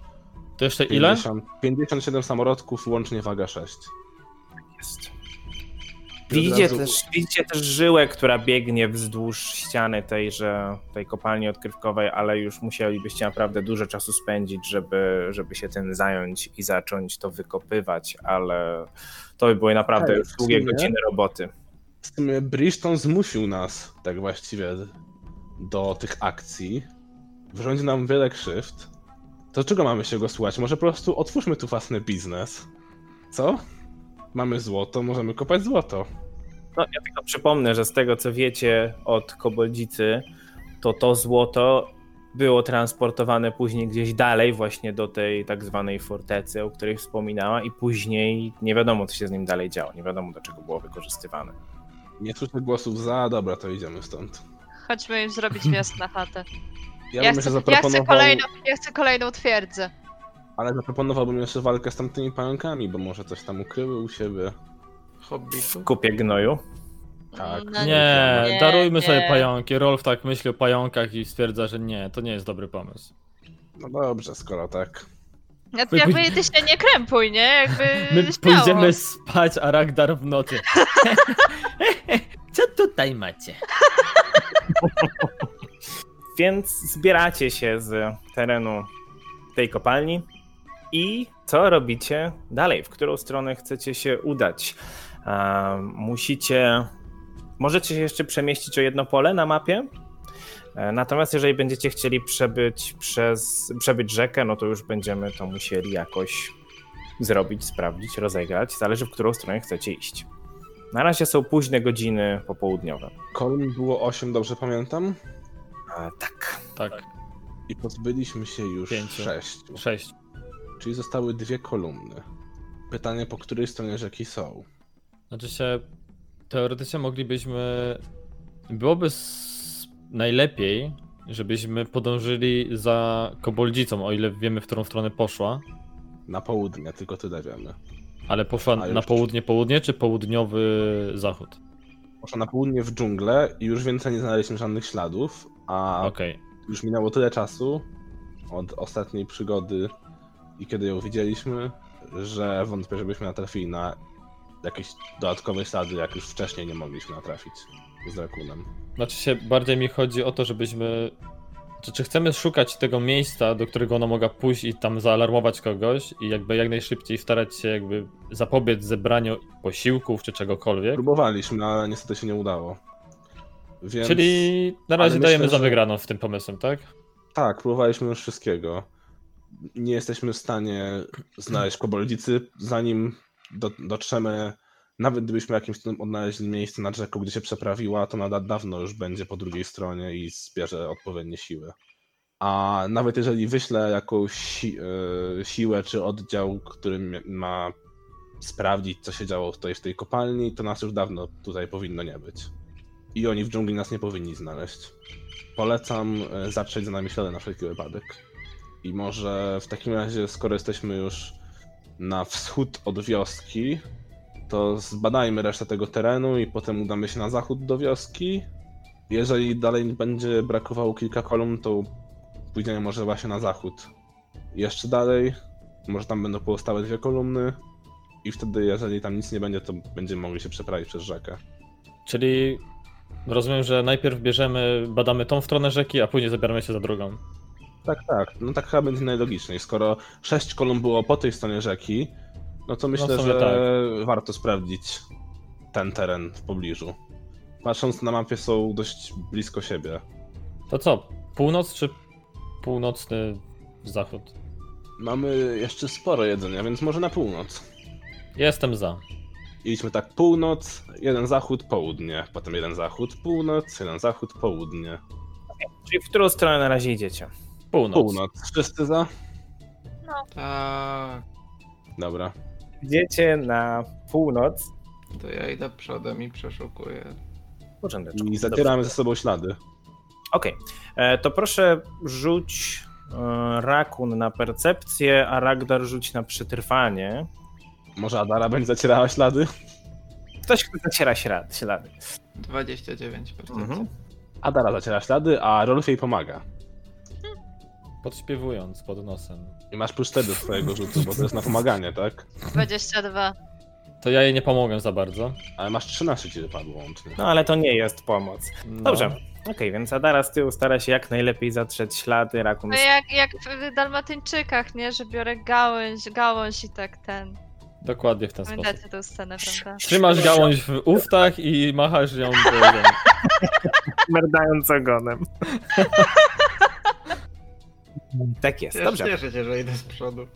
Speaker 2: To jeszcze ile?
Speaker 4: 57 samolotków, łącznie waga 6.
Speaker 1: jest.
Speaker 4: I
Speaker 1: Widzicie
Speaker 4: od razu-
Speaker 1: też, widzicie też żyłę, która biegnie wzdłuż ściany tejże, tej kopalni odkrywkowej, ale już musielibyście naprawdę dużo czasu spędzić, żeby, żeby się tym zająć i zacząć to wykopywać, ale to by były naprawdę
Speaker 4: Tak,
Speaker 1: już długie
Speaker 4: w sumie.
Speaker 1: godziny roboty.
Speaker 4: W sumie Bridgeton zmusił nas, tak właściwie, do tych akcji. Wrządzi nam wiele krzywd. To czego mamy się go słuchać? Może po prostu otwórzmy tu własny biznes. Co? Mamy złoto, możemy kopać złoto.
Speaker 1: No, ja tylko przypomnę, że z tego co wiecie od koboldzicy, to to złoto było transportowane później gdzieś dalej, właśnie do tej tak zwanej fortecy, o której wspominała, i później nie wiadomo, co się z nim dalej działo, nie wiadomo, do czego było wykorzystywane.
Speaker 4: Nie słyszę głosów za, dobra, to idziemy stąd.
Speaker 5: Chodźmy im zrobić wjazd na chatę.
Speaker 4: Ja,
Speaker 5: Ja
Speaker 4: bym jeszcze
Speaker 5: chcę, ja, chcę
Speaker 4: zaproponował,
Speaker 5: kolejną, ja chcę kolejną twierdzę.
Speaker 4: ale zaproponowałbym jeszcze walkę z tamtymi pająkami, bo może coś tam ukryły u siebie.
Speaker 3: Hobbitu?
Speaker 1: W kupie gnoju.
Speaker 4: Tak.
Speaker 5: No
Speaker 4: Nie,
Speaker 2: Nie,
Speaker 5: nie,
Speaker 2: darujmy sobie
Speaker 5: nie.
Speaker 2: pająki. Rolf tak myśli o pająkach i stwierdza, że nie, to nie jest dobry pomysł.
Speaker 4: No dobrze, skoro tak.
Speaker 5: No to jakby ty się nie krępuj, nie? Jakby
Speaker 2: My
Speaker 5: śmiało.
Speaker 2: pójdziemy spać, a Ragdar w nocy. Co tutaj macie?
Speaker 1: Więc zbieracie się z terenu tej kopalni i co robicie dalej? W którą stronę chcecie się udać? Ehm, musicie. Możecie się jeszcze przemieścić o jedno pole na mapie. E, Natomiast jeżeli będziecie chcieli przebyć przez przebyć rzekę, no to już będziemy to musieli jakoś zrobić, sprawdzić, rozegrać. Zależy w którą stronę chcecie iść. Na razie są późne godziny popołudniowe.
Speaker 4: Kolumn było 8, dobrze pamiętam?
Speaker 1: E, tak.
Speaker 2: Tak,
Speaker 4: I pozbyliśmy się już
Speaker 2: Pięciu.
Speaker 4: 6.
Speaker 2: sześć.
Speaker 4: Czyli zostały dwie kolumny. Pytanie, po której stronie rzeki są?
Speaker 2: Znaczy się, teoretycznie moglibyśmy. Byłoby s- najlepiej, żebyśmy podążyli za koboldzicą, o ile wiemy, w którą stronę poszła.
Speaker 4: Na południe, tylko tyle wiemy.
Speaker 2: Ale poszła
Speaker 4: A, już.
Speaker 2: na południe, południe czy południowy zachód?
Speaker 4: Poszła na południe w dżunglę i już więcej nie znaleźliśmy żadnych śladów, a
Speaker 2: Okej.
Speaker 4: już minęło tyle czasu od ostatniej przygody i kiedy ją widzieliśmy, że wątpię, żebyśmy natrafili na jakieś dodatkowe ślady, jak już wcześniej nie mogliśmy natrafić z Drakunem.
Speaker 2: Znaczy się, bardziej mi chodzi o to, żebyśmy. Czy, czy chcemy szukać tego miejsca, do którego ona mogła pójść i tam zaalarmować kogoś i jakby jak najszybciej starać się jakby zapobiec zebraniu posiłków czy czegokolwiek?
Speaker 4: Próbowaliśmy, ale niestety się nie udało. Więc...
Speaker 2: Czyli na razie
Speaker 4: ale
Speaker 2: dajemy
Speaker 4: myślę,
Speaker 2: za
Speaker 4: że-
Speaker 2: wygraną w tym pomysłem, tak?
Speaker 4: Tak, próbowaliśmy już wszystkiego. Nie jesteśmy w stanie znaleźć koboldzicy, zanim do, dotrzemy. Nawet gdybyśmy jakimś cudem odnaleźli miejsce nad rzeką, gdzie się przeprawiła, to na dawno już będzie po drugiej stronie i zbierze odpowiednie siły. A nawet jeżeli wyślę jakąś si- y, siłę czy oddział, który mi- ma sprawdzić, co się działo tutaj w tej kopalni, to nas już dawno tutaj powinno nie być. I oni w dżungli nas nie powinni znaleźć. Polecam e, zatrzeć za nami ślady na wszelki wypadek. I może w takim razie, skoro jesteśmy już na wschód od wioski, to zbadajmy resztę tego terenu i potem udamy się na zachód do wioski. Jeżeli dalej będzie brakowało kilka kolumn, to pójdziemy może właśnie na zachód. Jeszcze dalej, może tam będą pozostałe dwie kolumny i wtedy jeżeli tam nic nie będzie, to będziemy mogli się przeprawić przez rzekę.
Speaker 2: Czyli rozumiem, że najpierw bierzemy, badamy tą stronę rzeki, a później zabieramy się za drugą.
Speaker 4: Tak, tak. No tak chyba będzie najlogiczniej. Skoro sześć kolumn było po tej stronie rzeki, no to myślę,
Speaker 2: w sumie
Speaker 4: że warto sprawdzić ten teren w pobliżu. Patrząc na mapie są dość blisko siebie.
Speaker 2: To co? Północ czy północny zachód?
Speaker 4: Mamy jeszcze sporo jedzenia, więc może na północ.
Speaker 2: Jestem za.
Speaker 4: Idźmy tak północ, jeden zachód, południe, potem jeden zachód, północ, jeden zachód, południe.
Speaker 1: Czyli w którą stronę na razie idziecie?
Speaker 2: Północ.
Speaker 4: Północ. Wszyscy za?
Speaker 3: Tak,
Speaker 4: Dobra.
Speaker 1: Idziecie na północ.
Speaker 3: to ja idę przodem i przeszukuję.
Speaker 1: Urzędeczku.
Speaker 4: I
Speaker 1: Dobrze.
Speaker 4: zacieramy ze sobą ślady.
Speaker 1: Okej, E, to proszę rzuć e, Rakun na percepcję, a Ragdar rzuć na przetrwanie.
Speaker 4: Może Adara będzie zacierała ślady?
Speaker 1: Ktoś, kto zaciera śra- ślady.
Speaker 3: 29 percepcji.
Speaker 1: Mhm.
Speaker 4: Adara zaciera ślady, a Rolf jej pomaga.
Speaker 2: Podśpiewując pod nosem.
Speaker 4: I masz plus 4 do swojego rzutu, bo to jest na pomaganie, tak?
Speaker 5: 22.
Speaker 2: To ja jej nie pomogę za bardzo.
Speaker 4: Ale masz 13 ci wypadło łącznie.
Speaker 1: No ale to nie jest pomoc.
Speaker 2: No.
Speaker 1: Dobrze. Okej, więc Adara z tyłu stara się jak najlepiej zatrzeć ślady, Rakun
Speaker 5: No jak, jak w Dalmatyńczykach, nie? Że biorę gałąź, gałąź i tak ten.
Speaker 2: Dokładnie w ten sposób.
Speaker 5: Pamiętacie tę scenę, prawda?
Speaker 2: Trzymasz gałąź w uftach i machasz ją do ziemi.
Speaker 1: smerdając ogonem. tak jest,
Speaker 3: Ja
Speaker 1: dobrze.
Speaker 3: cieszę się, że idę z przodu.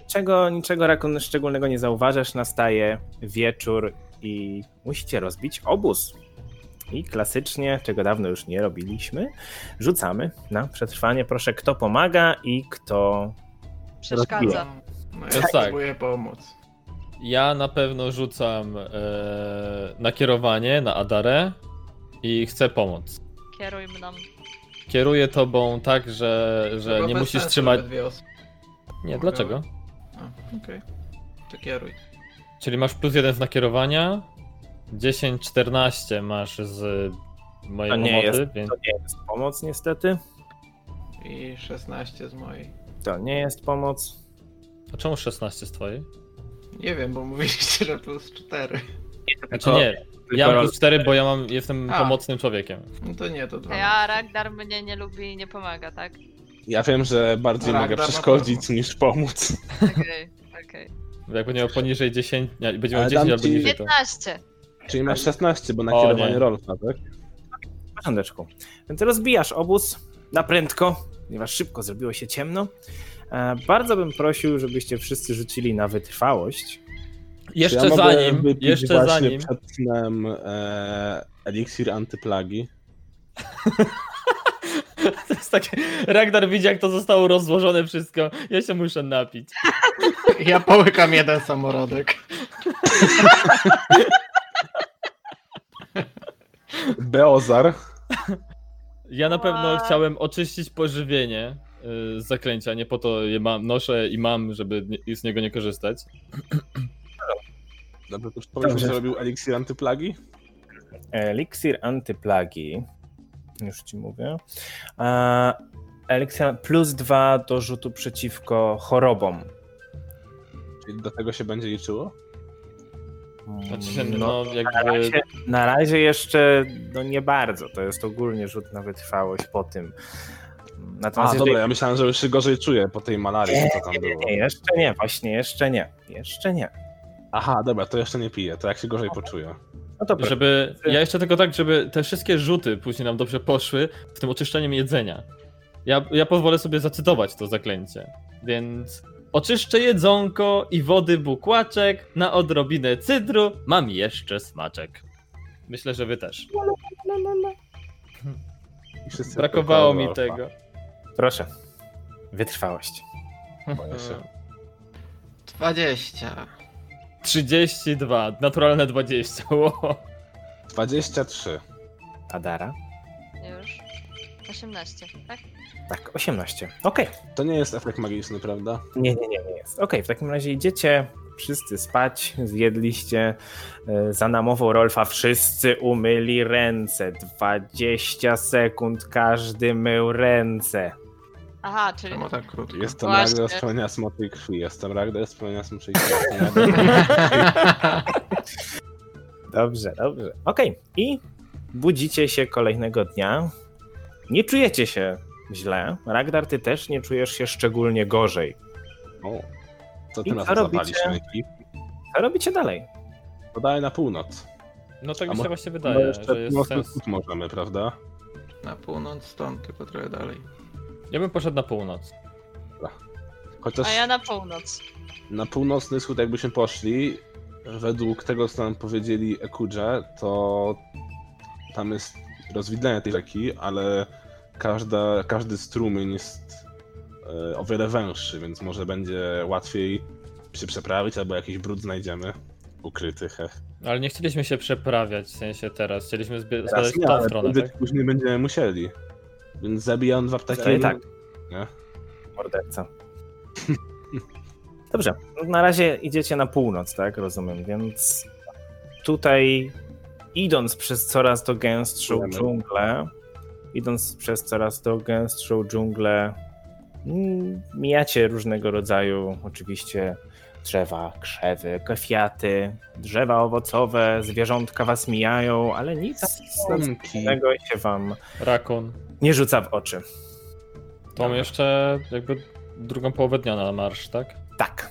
Speaker 1: Niczego, niczego Rakun szczególnego nie zauważasz, nastaje wieczór i musicie rozbić obóz. I klasycznie, czego dawno już nie robiliśmy, rzucamy na przetrwanie. Proszę, kto pomaga i kto...
Speaker 5: Przeszkadza.
Speaker 3: No, no ja
Speaker 2: To tak.
Speaker 3: spróbuję pomóc.
Speaker 2: Ja na pewno rzucam e, nakierowanie na Adarę i chcę pomóc.
Speaker 5: Kieruj mną.
Speaker 2: Kieruję tobą tak, że, że
Speaker 3: Chyba
Speaker 2: nie
Speaker 3: bez
Speaker 2: musisz
Speaker 3: sensu
Speaker 2: trzymać.
Speaker 3: we Dwie osoby.
Speaker 2: Nie,
Speaker 3: Mogę?
Speaker 2: dlaczego?
Speaker 3: Okej. To kieruj.
Speaker 2: Czyli masz plus jeden z nakierowania, 10, 14 masz z mojej
Speaker 1: To nie
Speaker 2: pomocy,
Speaker 1: jest-
Speaker 2: więc
Speaker 1: To nie jest pomoc niestety.
Speaker 3: I 16 z mojej.
Speaker 1: To nie jest pomoc.
Speaker 2: A czemu 16 z twojej?
Speaker 3: Nie wiem, bo mówiliście, że plus 4.
Speaker 2: Znaczy nie, ja mam plus 4, bo ja mam, jestem
Speaker 3: A.
Speaker 2: pomocnym człowiekiem.
Speaker 3: No to nie, to 2.
Speaker 5: Ej, a Ragdar mnie nie lubi i nie pomaga, tak?
Speaker 4: Ja wiem, że bardziej
Speaker 3: Ragnar
Speaker 4: mogę
Speaker 3: ma
Speaker 4: przeszkodzić niż pomóc.
Speaker 5: Okej, okej.
Speaker 2: Jak będzie miał poniżej 10, nie, będzie miał
Speaker 4: Ale
Speaker 2: 10
Speaker 4: dam
Speaker 2: albo
Speaker 4: ci-
Speaker 2: niżej to.
Speaker 5: 15.
Speaker 4: Czyli masz 16, bo
Speaker 2: O,
Speaker 4: nakierowanie
Speaker 2: nie.
Speaker 4: Rolfa, tak?
Speaker 1: porządeczku. Więc rozbijasz obóz na prędko, ponieważ szybko zrobiło się ciemno. E, Bardzo bym prosił, żebyście wszyscy rzucili na wytrwałość.
Speaker 2: Jeszcze
Speaker 4: Czy ja mogę
Speaker 2: zanim,
Speaker 4: wypić
Speaker 2: jeszcze
Speaker 4: właśnie
Speaker 2: zanim.
Speaker 4: przed snem e, eliksir antyplagi.
Speaker 2: To jest takie. Ragnar widzi, jak to zostało rozłożone wszystko. Ja się muszę napić.
Speaker 3: Ja połykam jeden samorodek.
Speaker 4: Beozar.
Speaker 2: Ja na pewno
Speaker 5: Wow.
Speaker 2: chciałem oczyścić pożywienie y, z zaklęcia. Nie po to je mam, noszę i mam, żeby nie- z niego nie korzystać.
Speaker 4: Dobrze, to już powiem,
Speaker 1: Dobrze.
Speaker 4: że robił eliksir antyplagi?
Speaker 1: Eliksir antyplagi. Już ci mówię. E, Eliksir plus dwa do rzutu przeciwko chorobom.
Speaker 4: Czyli do tego się będzie liczyło?
Speaker 2: Znaczy się,
Speaker 1: No,
Speaker 2: no,
Speaker 1: na,
Speaker 2: jakby.
Speaker 1: razie, na razie jeszcze no nie bardzo. To jest ogólnie rzut na wytrwałość po tym.
Speaker 4: A,
Speaker 1: Natomiast jeżeli-
Speaker 4: dobra, ja myślałem, że już się gorzej czuję po tej malarii, co tam
Speaker 1: Nie,
Speaker 4: było.
Speaker 1: nie, jeszcze nie, właśnie jeszcze nie. Jeszcze nie.
Speaker 4: Aha, dobra, to jeszcze nie piję, to jak się gorzej poczuję.
Speaker 1: No to proszę.
Speaker 2: Żeby. Ja jeszcze tylko tak, żeby te wszystkie rzuty później nam dobrze poszły, w tym oczyszczeniem jedzenia. Ja, ja pozwolę sobie zacytować to zaklęcie. Więc. Oczyszczę jedzonko i wody bukłaczek, na odrobinę cydru mam jeszcze smaczek. Myślę, że wy też.
Speaker 4: I wszyscy
Speaker 2: Brakowało
Speaker 4: tylko
Speaker 2: mi
Speaker 4: Rolfa.
Speaker 2: tego.
Speaker 1: proszę. Wytrwałość.
Speaker 4: Boję się.
Speaker 3: 20.
Speaker 2: 32, naturalne 20. Wow.
Speaker 4: 23.
Speaker 1: Adara?
Speaker 5: Już. 18, tak?
Speaker 1: Tak, 18. Okej.
Speaker 4: To nie jest efekt magiczny, prawda?
Speaker 1: Nie, nie, nie, nie jest. Okej, w takim razie idziecie wszyscy spać, zjedliście. e, Za namową Rolfa wszyscy umyli ręce. 20 sekund każdy mył ręce.
Speaker 5: Aha, czyli
Speaker 3: Czemu tak krótko?
Speaker 4: Jestem
Speaker 5: Właśnie.
Speaker 4: Ragdar z promienia smoczej krwi, jestem Ragdar z promienia smoczej krwi.
Speaker 1: Dobrze, dobrze. Okej, i budzicie się kolejnego dnia. Nie czujecie się źle. Ragdar, ty też nie czujesz się szczególnie gorzej.
Speaker 4: O, to
Speaker 1: I
Speaker 4: tym
Speaker 1: co
Speaker 4: razem
Speaker 1: robicie?
Speaker 4: zapaliśmy ekip.
Speaker 1: Co robicie dalej?
Speaker 4: Podaję na północ.
Speaker 2: No tak
Speaker 4: A
Speaker 2: mi się
Speaker 4: może-
Speaker 2: właśnie
Speaker 4: No
Speaker 2: wydaje,
Speaker 4: jeszcze
Speaker 2: że jest
Speaker 4: północny
Speaker 2: sens.
Speaker 4: wschód możemy, prawda?
Speaker 3: Na północ stąd, tylko trochę dalej.
Speaker 2: Ja bym poszedł na północ.
Speaker 4: Chociaż
Speaker 5: A ja na północ.
Speaker 4: na północny wschód jakbyśmy poszli, według tego co nam powiedzieli Ekudże, to tam jest rozwidlenie tej rzeki, ale każda, każdy strumień jest e, o wiele węższy, więc może będzie łatwiej się przeprawić, albo jakiś brud znajdziemy ukryty. He.
Speaker 2: Ale nie chcieliśmy się przeprawiać w sensie teraz. Chcieliśmy zbie-
Speaker 4: Teraz
Speaker 2: spadać w
Speaker 4: nie,
Speaker 2: tą
Speaker 4: ale
Speaker 2: stronę.
Speaker 4: prędzej
Speaker 2: Tak?
Speaker 4: czy później będziemy musieli. Więc zabijam dwa ptaki.
Speaker 1: Ale i tak.
Speaker 4: Nie?
Speaker 1: Morderca. Dobrze, na razie idziecie na północ, tak? Rozumiem, więc tutaj idąc przez coraz to gęstszą
Speaker 4: Płynemy.
Speaker 1: dżunglę, idąc przez coraz to gęstszą dżunglę, mm, mijacie różnego rodzaju oczywiście drzewa, krzewy, kwiaty, drzewa owocowe, zwierzątka was mijają, ale nic
Speaker 4: Słomki.
Speaker 1: nadzwyczajnego się wam
Speaker 2: Rakun.
Speaker 1: nie rzuca w oczy.
Speaker 2: To mam jeszcze jakby drugą połowę dnia na marsz, tak?
Speaker 1: Tak.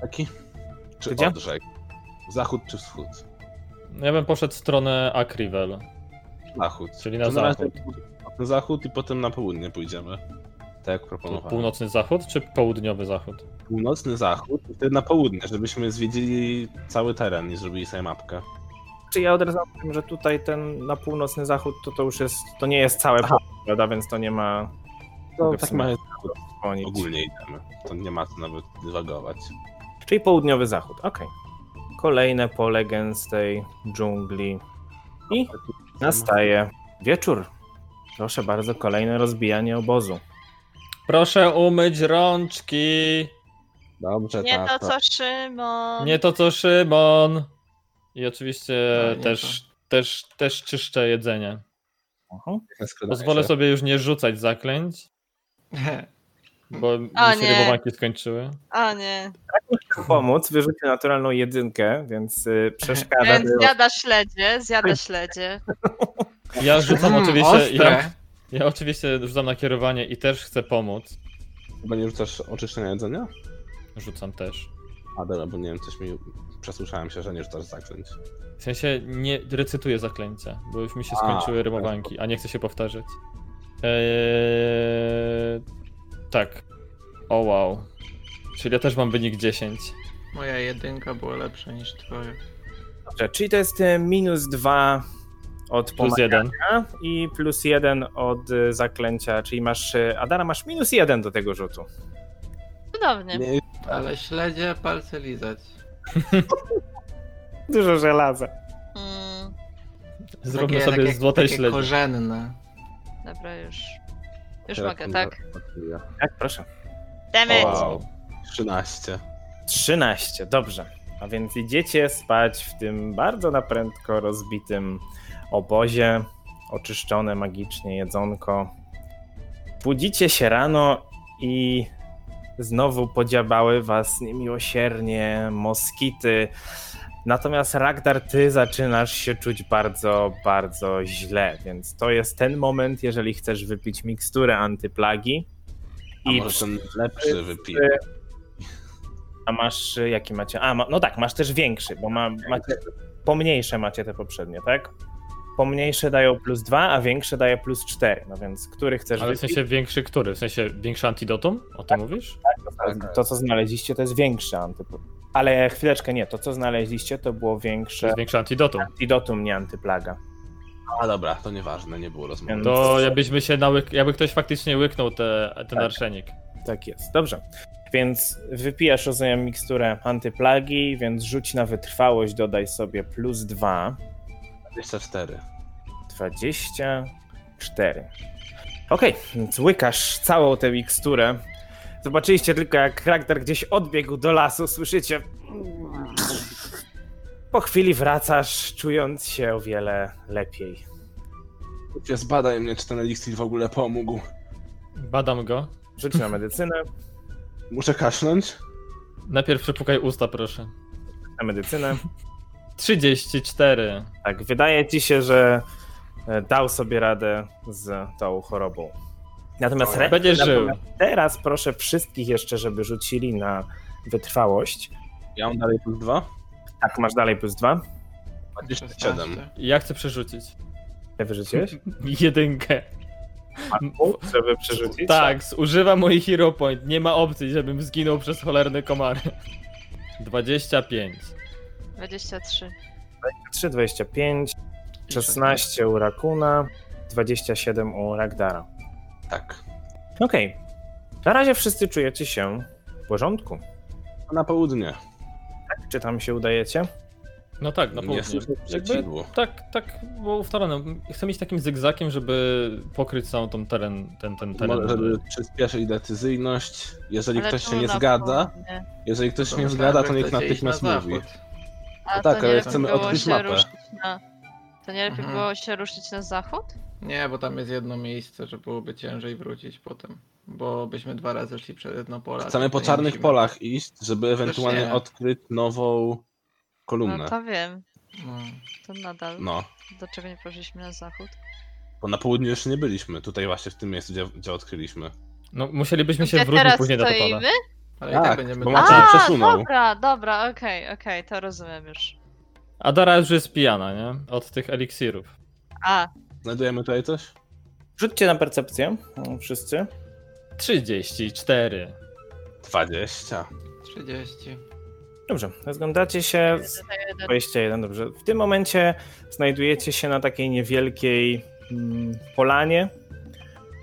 Speaker 4: Taki? Czy
Speaker 1: Gdzie?
Speaker 4: odrzek? Zachód czy wschód?
Speaker 2: Ja bym poszedł w stronę Akrivel.
Speaker 4: Zachód.
Speaker 2: Czyli na
Speaker 4: To
Speaker 2: zachód.
Speaker 4: na zachód i potem na południe pójdziemy. Tak jak proponowałem.
Speaker 2: Północny zachód czy południowy zachód?
Speaker 4: Północny zachód i wtedy na południe, żebyśmy zwiedzili cały teren i zrobili sobie mapkę.
Speaker 1: Czy ja od razu powiem, że tutaj ten na północny zachód to, to już jest, to nie jest całe południe, prawda, więc to nie ma
Speaker 4: To
Speaker 1: Mogę w
Speaker 4: tak
Speaker 1: sumie
Speaker 4: ma
Speaker 1: o nic.
Speaker 4: ogólnie idziemy. To nie ma co nawet dywagować.
Speaker 1: Czyli południowy zachód, okej. Kolejne pole gęstej dżungli i nastaje wieczór. Proszę bardzo, kolejne rozbijanie obozu.
Speaker 2: Proszę umyć rączki!
Speaker 4: Dobrze,
Speaker 5: Nie
Speaker 4: tak.
Speaker 5: to co Szymon.
Speaker 2: Nie to co Szymon! I oczywiście
Speaker 3: No, nie
Speaker 2: też, też, też czyszczę jedzenie.
Speaker 1: Aha.
Speaker 4: to.
Speaker 2: Pozwolę sobie już nie rzucać zaklęć, bo mi
Speaker 5: O
Speaker 2: się
Speaker 5: nie.
Speaker 2: rybowanki skończyły.
Speaker 5: A nie.
Speaker 1: Pomóc wyrzucił naturalną jedynkę, więc y, przeszkadza.
Speaker 5: Więc zjada śledzie, zjada śledzie.
Speaker 2: Ja rzucam
Speaker 3: Mm,
Speaker 2: oczywiście. Ja,
Speaker 3: ostre.
Speaker 2: ja oczywiście rzucam na kierowanie i też chcę pomóc.
Speaker 4: Chyba nie rzucasz oczyszczenia jedzenia?
Speaker 2: Rzucam też.
Speaker 4: A dobra, bo nie wiem, coś mi... Przesłyszałem się, że nie rzucasz zaklęć.
Speaker 2: W sensie nie recytuję zaklęcia, bo już mi się
Speaker 4: A,
Speaker 2: skończyły rymowanki, a nie chcę się powtarzać. Eee, tak. O wow. Czyli ja też mam wynik 10.
Speaker 3: Moja jedynka była lepsza niż twoja.
Speaker 1: Dobrze, czyli to jest y, minus dwa od
Speaker 2: Plus
Speaker 1: pomagania
Speaker 2: jeden.
Speaker 1: i plus jeden od y, zaklęcia, czyli masz, y, Adara, masz minus jeden do tego rzutu.
Speaker 5: Cudownie.
Speaker 4: Nie,
Speaker 3: Ale śledzie palce lizać.
Speaker 1: Dużo żelaza.
Speaker 5: Mm,
Speaker 2: Zróbmy
Speaker 3: Takie-
Speaker 2: sobie
Speaker 3: takie-
Speaker 2: złote
Speaker 3: takie
Speaker 2: śledzie.
Speaker 3: korzenne.
Speaker 5: dobra, już. Już
Speaker 4: teraz
Speaker 5: mogę,
Speaker 4: on
Speaker 5: tak?
Speaker 4: atakuje.
Speaker 1: Tak, proszę.
Speaker 5: Demet!
Speaker 4: Wow. 13.
Speaker 1: 13, dobrze. A więc idziecie spać w tym bardzo na prędko rozbitym obozie, oczyszczone magicznie jedzonko. Budzicie się rano i znowu podziabały was niemiłosiernie moskity. Natomiast Ragdar, ty zaczynasz się czuć bardzo, bardzo źle, więc to jest ten moment, jeżeli chcesz wypić miksturę antyplagi.
Speaker 4: A
Speaker 1: I
Speaker 4: może ten lepszy wypije.
Speaker 1: A masz, y, jaki macie? A, ma, no tak, masz też większy, bo ma, macie, pomniejsze macie te poprzednie, tak? Pomniejsze dają plus dwa, a większe daje plus cztery. no więc który chcesz
Speaker 2: Ale w
Speaker 1: wypić?
Speaker 2: sensie większy który? W sensie większy antidotum? O tym mówisz?
Speaker 4: tak.
Speaker 1: To, co znaleźliście, to jest większe antypl... Ale chwileczkę, nie, to co znaleźliście, to było
Speaker 2: Czy
Speaker 1: większe
Speaker 2: jest większy antidotum?
Speaker 1: antidotum, nie antyplaga.
Speaker 4: A dobra, to nieważne, nie było rozmowy.
Speaker 2: To jakbyśmy się nałyk... Jakby ktoś faktycznie łyknął te, ten
Speaker 1: Tak.
Speaker 2: arszenik.
Speaker 1: Tak jest, dobrze. Więc wypijasz, rozumiem, miksturę antyplagi, więc rzuć na wytrwałość, dodaj sobie plus dwa.
Speaker 4: 24.
Speaker 1: 24. Okej, więc łykasz całą tę miksturę. Zobaczyliście tylko, jak charakter gdzieś odbiegł do lasu, słyszycie. Po chwili wracasz, czując się o wiele lepiej.
Speaker 4: Cię zbadaj mnie, czy ten eliksir w ogóle pomógł.
Speaker 2: Badam go.
Speaker 1: Rzuć na medycynę.
Speaker 4: Muszę kasznąć?
Speaker 2: Najpierw przepukaj usta, proszę.
Speaker 1: Na medycynę.
Speaker 2: 34.
Speaker 1: Tak, wydaje ci się, że e, dał sobie radę z tą chorobą. Natomiast, re-
Speaker 2: Będzie żył.
Speaker 1: natomiast teraz proszę wszystkich jeszcze, żeby rzucili na wytrwałość.
Speaker 4: Ja mam dalej plus dwa.
Speaker 1: Tak, masz dalej plus dwa.
Speaker 4: 27.
Speaker 2: Ja chcę przerzucić.
Speaker 1: Ile wyrzuciłeś?
Speaker 2: Jedynkę.
Speaker 1: Żeby przerzucić?
Speaker 2: Tak, używa mojej hero point. Nie ma opcji, żebym zginął przez cholerne komary. 25.
Speaker 5: 23.
Speaker 1: 3, 25, 16 u Rakuna, 27 u Ragdara.
Speaker 4: Tak.
Speaker 1: Okej. Na razie wszyscy czujecie się w porządku.
Speaker 4: A Na południe.
Speaker 1: Czy tam się udajecie?
Speaker 2: No tak, na
Speaker 4: Nie
Speaker 2: południe.
Speaker 4: słyszę
Speaker 2: Jakby,
Speaker 4: sprzeciwu.
Speaker 2: tak, tak było ustalone. Chcę mieć takim zygzakiem, żeby pokryć całą tą teren, ten, ten teren.
Speaker 4: Może, żeby przyspieszyć decyzyjność. Jeżeli
Speaker 5: Ale
Speaker 4: ktoś się
Speaker 5: czemu
Speaker 4: nie
Speaker 5: na
Speaker 4: zgada,
Speaker 5: południe?
Speaker 4: jeżeli ktoś się nie
Speaker 3: Myślałem,
Speaker 4: zgada,
Speaker 3: że
Speaker 4: to niech
Speaker 3: chcecie iść
Speaker 4: natychmiast
Speaker 3: na
Speaker 4: mówi.
Speaker 3: zachód.
Speaker 5: A
Speaker 4: tak,
Speaker 5: to nie
Speaker 4: ale
Speaker 5: lepiej
Speaker 4: chcemy
Speaker 5: było
Speaker 4: odkryć
Speaker 5: się
Speaker 4: mapę.
Speaker 5: ruszyć na... To nie lepiej
Speaker 3: Mhm.
Speaker 5: było się ruszyć na zachód?
Speaker 3: Nie, bo tam jest jedno miejsce, że byłoby ciężej wrócić potem. Bo byśmy dwa razy szli przez jedno pole. a
Speaker 4: Chcemy
Speaker 3: tutaj
Speaker 4: po
Speaker 3: nie
Speaker 4: czarnych
Speaker 3: musimy.
Speaker 4: polach iść, żeby ewentualnie
Speaker 3: nie.
Speaker 4: odkryć nową
Speaker 5: No
Speaker 4: kolumnę.
Speaker 5: to wiem.
Speaker 3: No.
Speaker 5: To nadal.
Speaker 4: No,
Speaker 5: Dlaczego nie poszliśmy na zachód?
Speaker 4: bo na południu jeszcze nie byliśmy. Tutaj właśnie w tym miejscu, gdzie, gdzie odkryliśmy.
Speaker 2: No musielibyśmy się
Speaker 5: Gdzie
Speaker 2: wrócić
Speaker 5: teraz
Speaker 2: później do Topala.
Speaker 5: stoimy?
Speaker 3: Ale i
Speaker 4: Tak,
Speaker 3: tak będziemy
Speaker 4: bo
Speaker 3: dalej.
Speaker 4: Maciej
Speaker 5: A,
Speaker 4: przesunął.
Speaker 5: dobra, dobra, okej, okej, to rozumiem już.
Speaker 2: Adara już jest pijana, nie? Od tych eliksirów.
Speaker 5: A,
Speaker 4: Znajdujemy tutaj coś?
Speaker 1: Rzućcie na percepcję, mm, wszyscy.
Speaker 2: 34.
Speaker 4: 20.
Speaker 3: 30.
Speaker 1: Dobrze, rozglądacie się. z- 21, dobrze. W tym momencie znajdujecie się na takiej niewielkiej mm, polanie,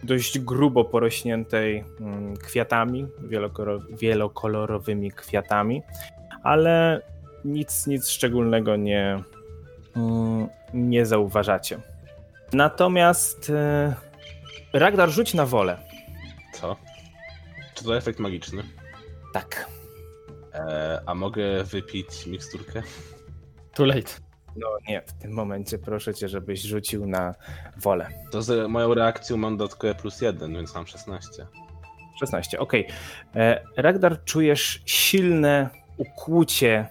Speaker 1: dość grubo porośniętej mm, kwiatami, wielokoro- wielokolorowymi kwiatami, ale nic, nic szczególnego nie, mm, nie zauważacie. Natomiast e, Ragnar rzuć na wolę.
Speaker 4: Co? Czy to efekt magiczny?
Speaker 1: Tak.
Speaker 4: E, a mogę wypić miksturkę?
Speaker 2: Too late.
Speaker 1: No nie, w tym momencie proszę cię, żebyś rzucił na wolę.
Speaker 4: To z moją reakcją mam dodatkowe plus jeden, więc mam 16.
Speaker 1: 16, okej. E, Ragdar, czujesz silne ukłucie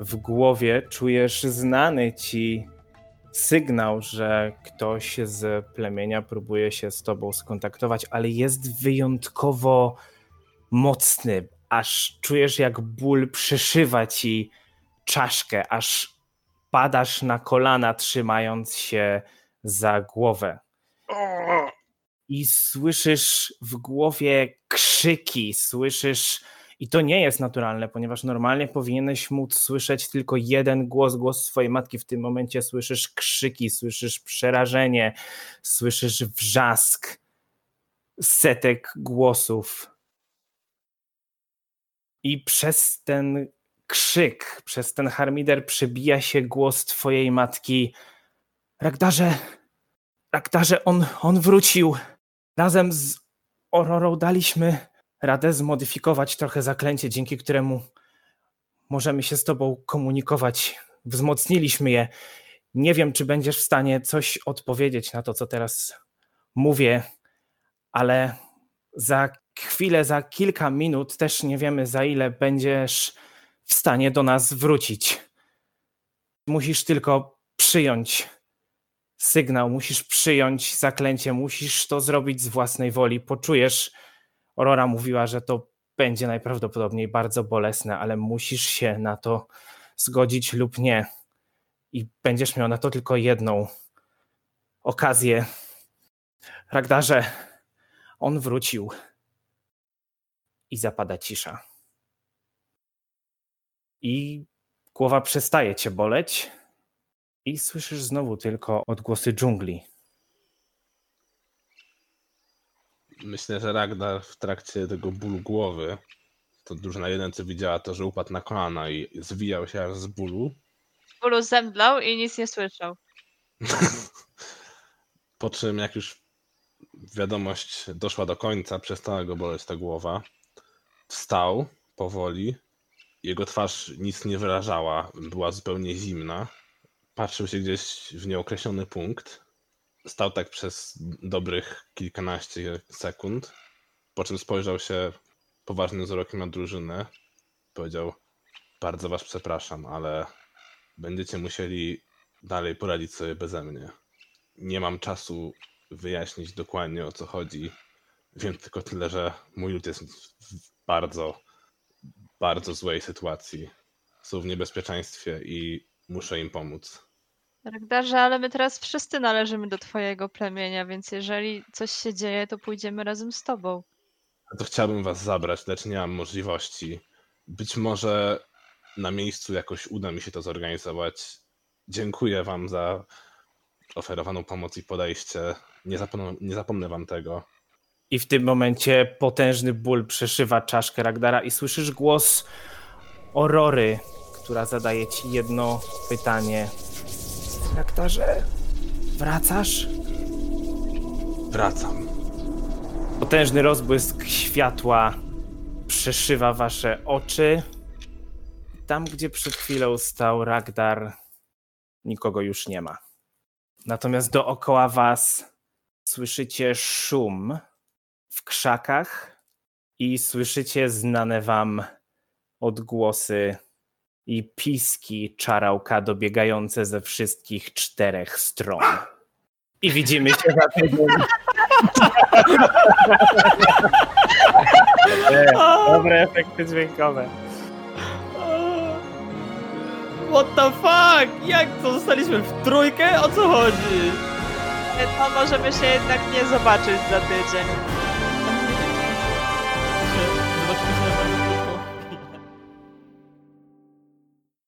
Speaker 1: w głowie, czujesz znany ci sygnał, że ktoś z plemienia próbuje się z tobą skontaktować, ale jest wyjątkowo mocny, aż czujesz jak ból przeszywa ci czaszkę, aż padasz na kolana trzymając się za głowę i słyszysz w głowie krzyki, słyszysz. I to nie jest naturalne, ponieważ normalnie powinieneś móc słyszeć tylko jeden głos, głos swojej matki. W tym momencie słyszysz krzyki, słyszysz przerażenie, słyszysz wrzask setek głosów. I przez ten krzyk, przez ten harmider przebija się głos twojej matki. Ragdarze, Ragdarze, on, on wrócił. Razem z Aurorą daliśmy radę zmodyfikować trochę zaklęcie, dzięki któremu możemy się z tobą komunikować. Wzmocniliśmy je. Nie wiem, czy będziesz w stanie coś odpowiedzieć na to, co teraz mówię, ale za chwilę, za kilka minut, też nie wiemy za ile będziesz w stanie do nas wrócić. Musisz tylko przyjąć sygnał, musisz przyjąć zaklęcie, musisz to zrobić z własnej woli. Poczujesz, Aurora mówiła, że to będzie najprawdopodobniej bardzo bolesne, ale musisz się na to zgodzić lub nie. I będziesz miał na to tylko jedną okazję. Ragdarze, on wrócił. I zapada cisza. I głowa przestaje cię boleć i słyszysz znowu tylko odgłosy dżungli.
Speaker 4: Myślę, że Ragnar w trakcie tego bólu głowy, to drużyna jeden co widziała to, że upadł na kolana i zwijał się aż z bólu,
Speaker 5: Bólu zemdlał i nic nie słyszał.
Speaker 4: po czym jak już wiadomość doszła do końca, przestała go boleć ta głowa, wstał powoli, jego twarz nic nie wyrażała, była zupełnie zimna, patrzył się gdzieś w nieokreślony punkt, stał tak przez dobrych kilkanaście sekund, po czym spojrzał się poważnym wzrokiem na drużynę, powiedział, bardzo was przepraszam, ale będziecie musieli dalej poradzić sobie beze mnie nie mam czasu wyjaśnić dokładnie o co chodzi, Wiem tylko tyle, że mój lud jest w bardzo, bardzo złej sytuacji. Są w niebezpieczeństwie i muszę im pomóc.
Speaker 5: Ragdarze, ale my teraz wszyscy należymy do twojego plemienia, więc jeżeli coś się dzieje, to pójdziemy razem z tobą.
Speaker 4: To chciałbym was zabrać, lecz nie mam możliwości. Być może na miejscu jakoś uda mi się to zorganizować. Dziękuję wam za oferowaną pomoc i podejście. Nie, zapomnę- nie zapomnę wam tego.
Speaker 1: I w tym momencie potężny ból przeszywa czaszkę Ragdara i słyszysz głos Orory, która zadaje ci jedno pytanie. Ragdarze, wracasz?
Speaker 4: Wracam.
Speaker 1: Potężny rozbłysk światła przeszywa wasze oczy. Tam, gdzie przed chwilą stał Ragdar, nikogo już nie ma. Natomiast dookoła was słyszycie szum w krzakach i słyszycie znane wam odgłosy i piski czarałka dobiegające ze wszystkich czterech stron. I widzimy się za tydzień. Dobre efekty dźwiękowe.
Speaker 6: What the fuck? Jak to? Zostaliśmy w trójkę? O co chodzi?
Speaker 5: To możemy się jednak nie zobaczyć za tydzień.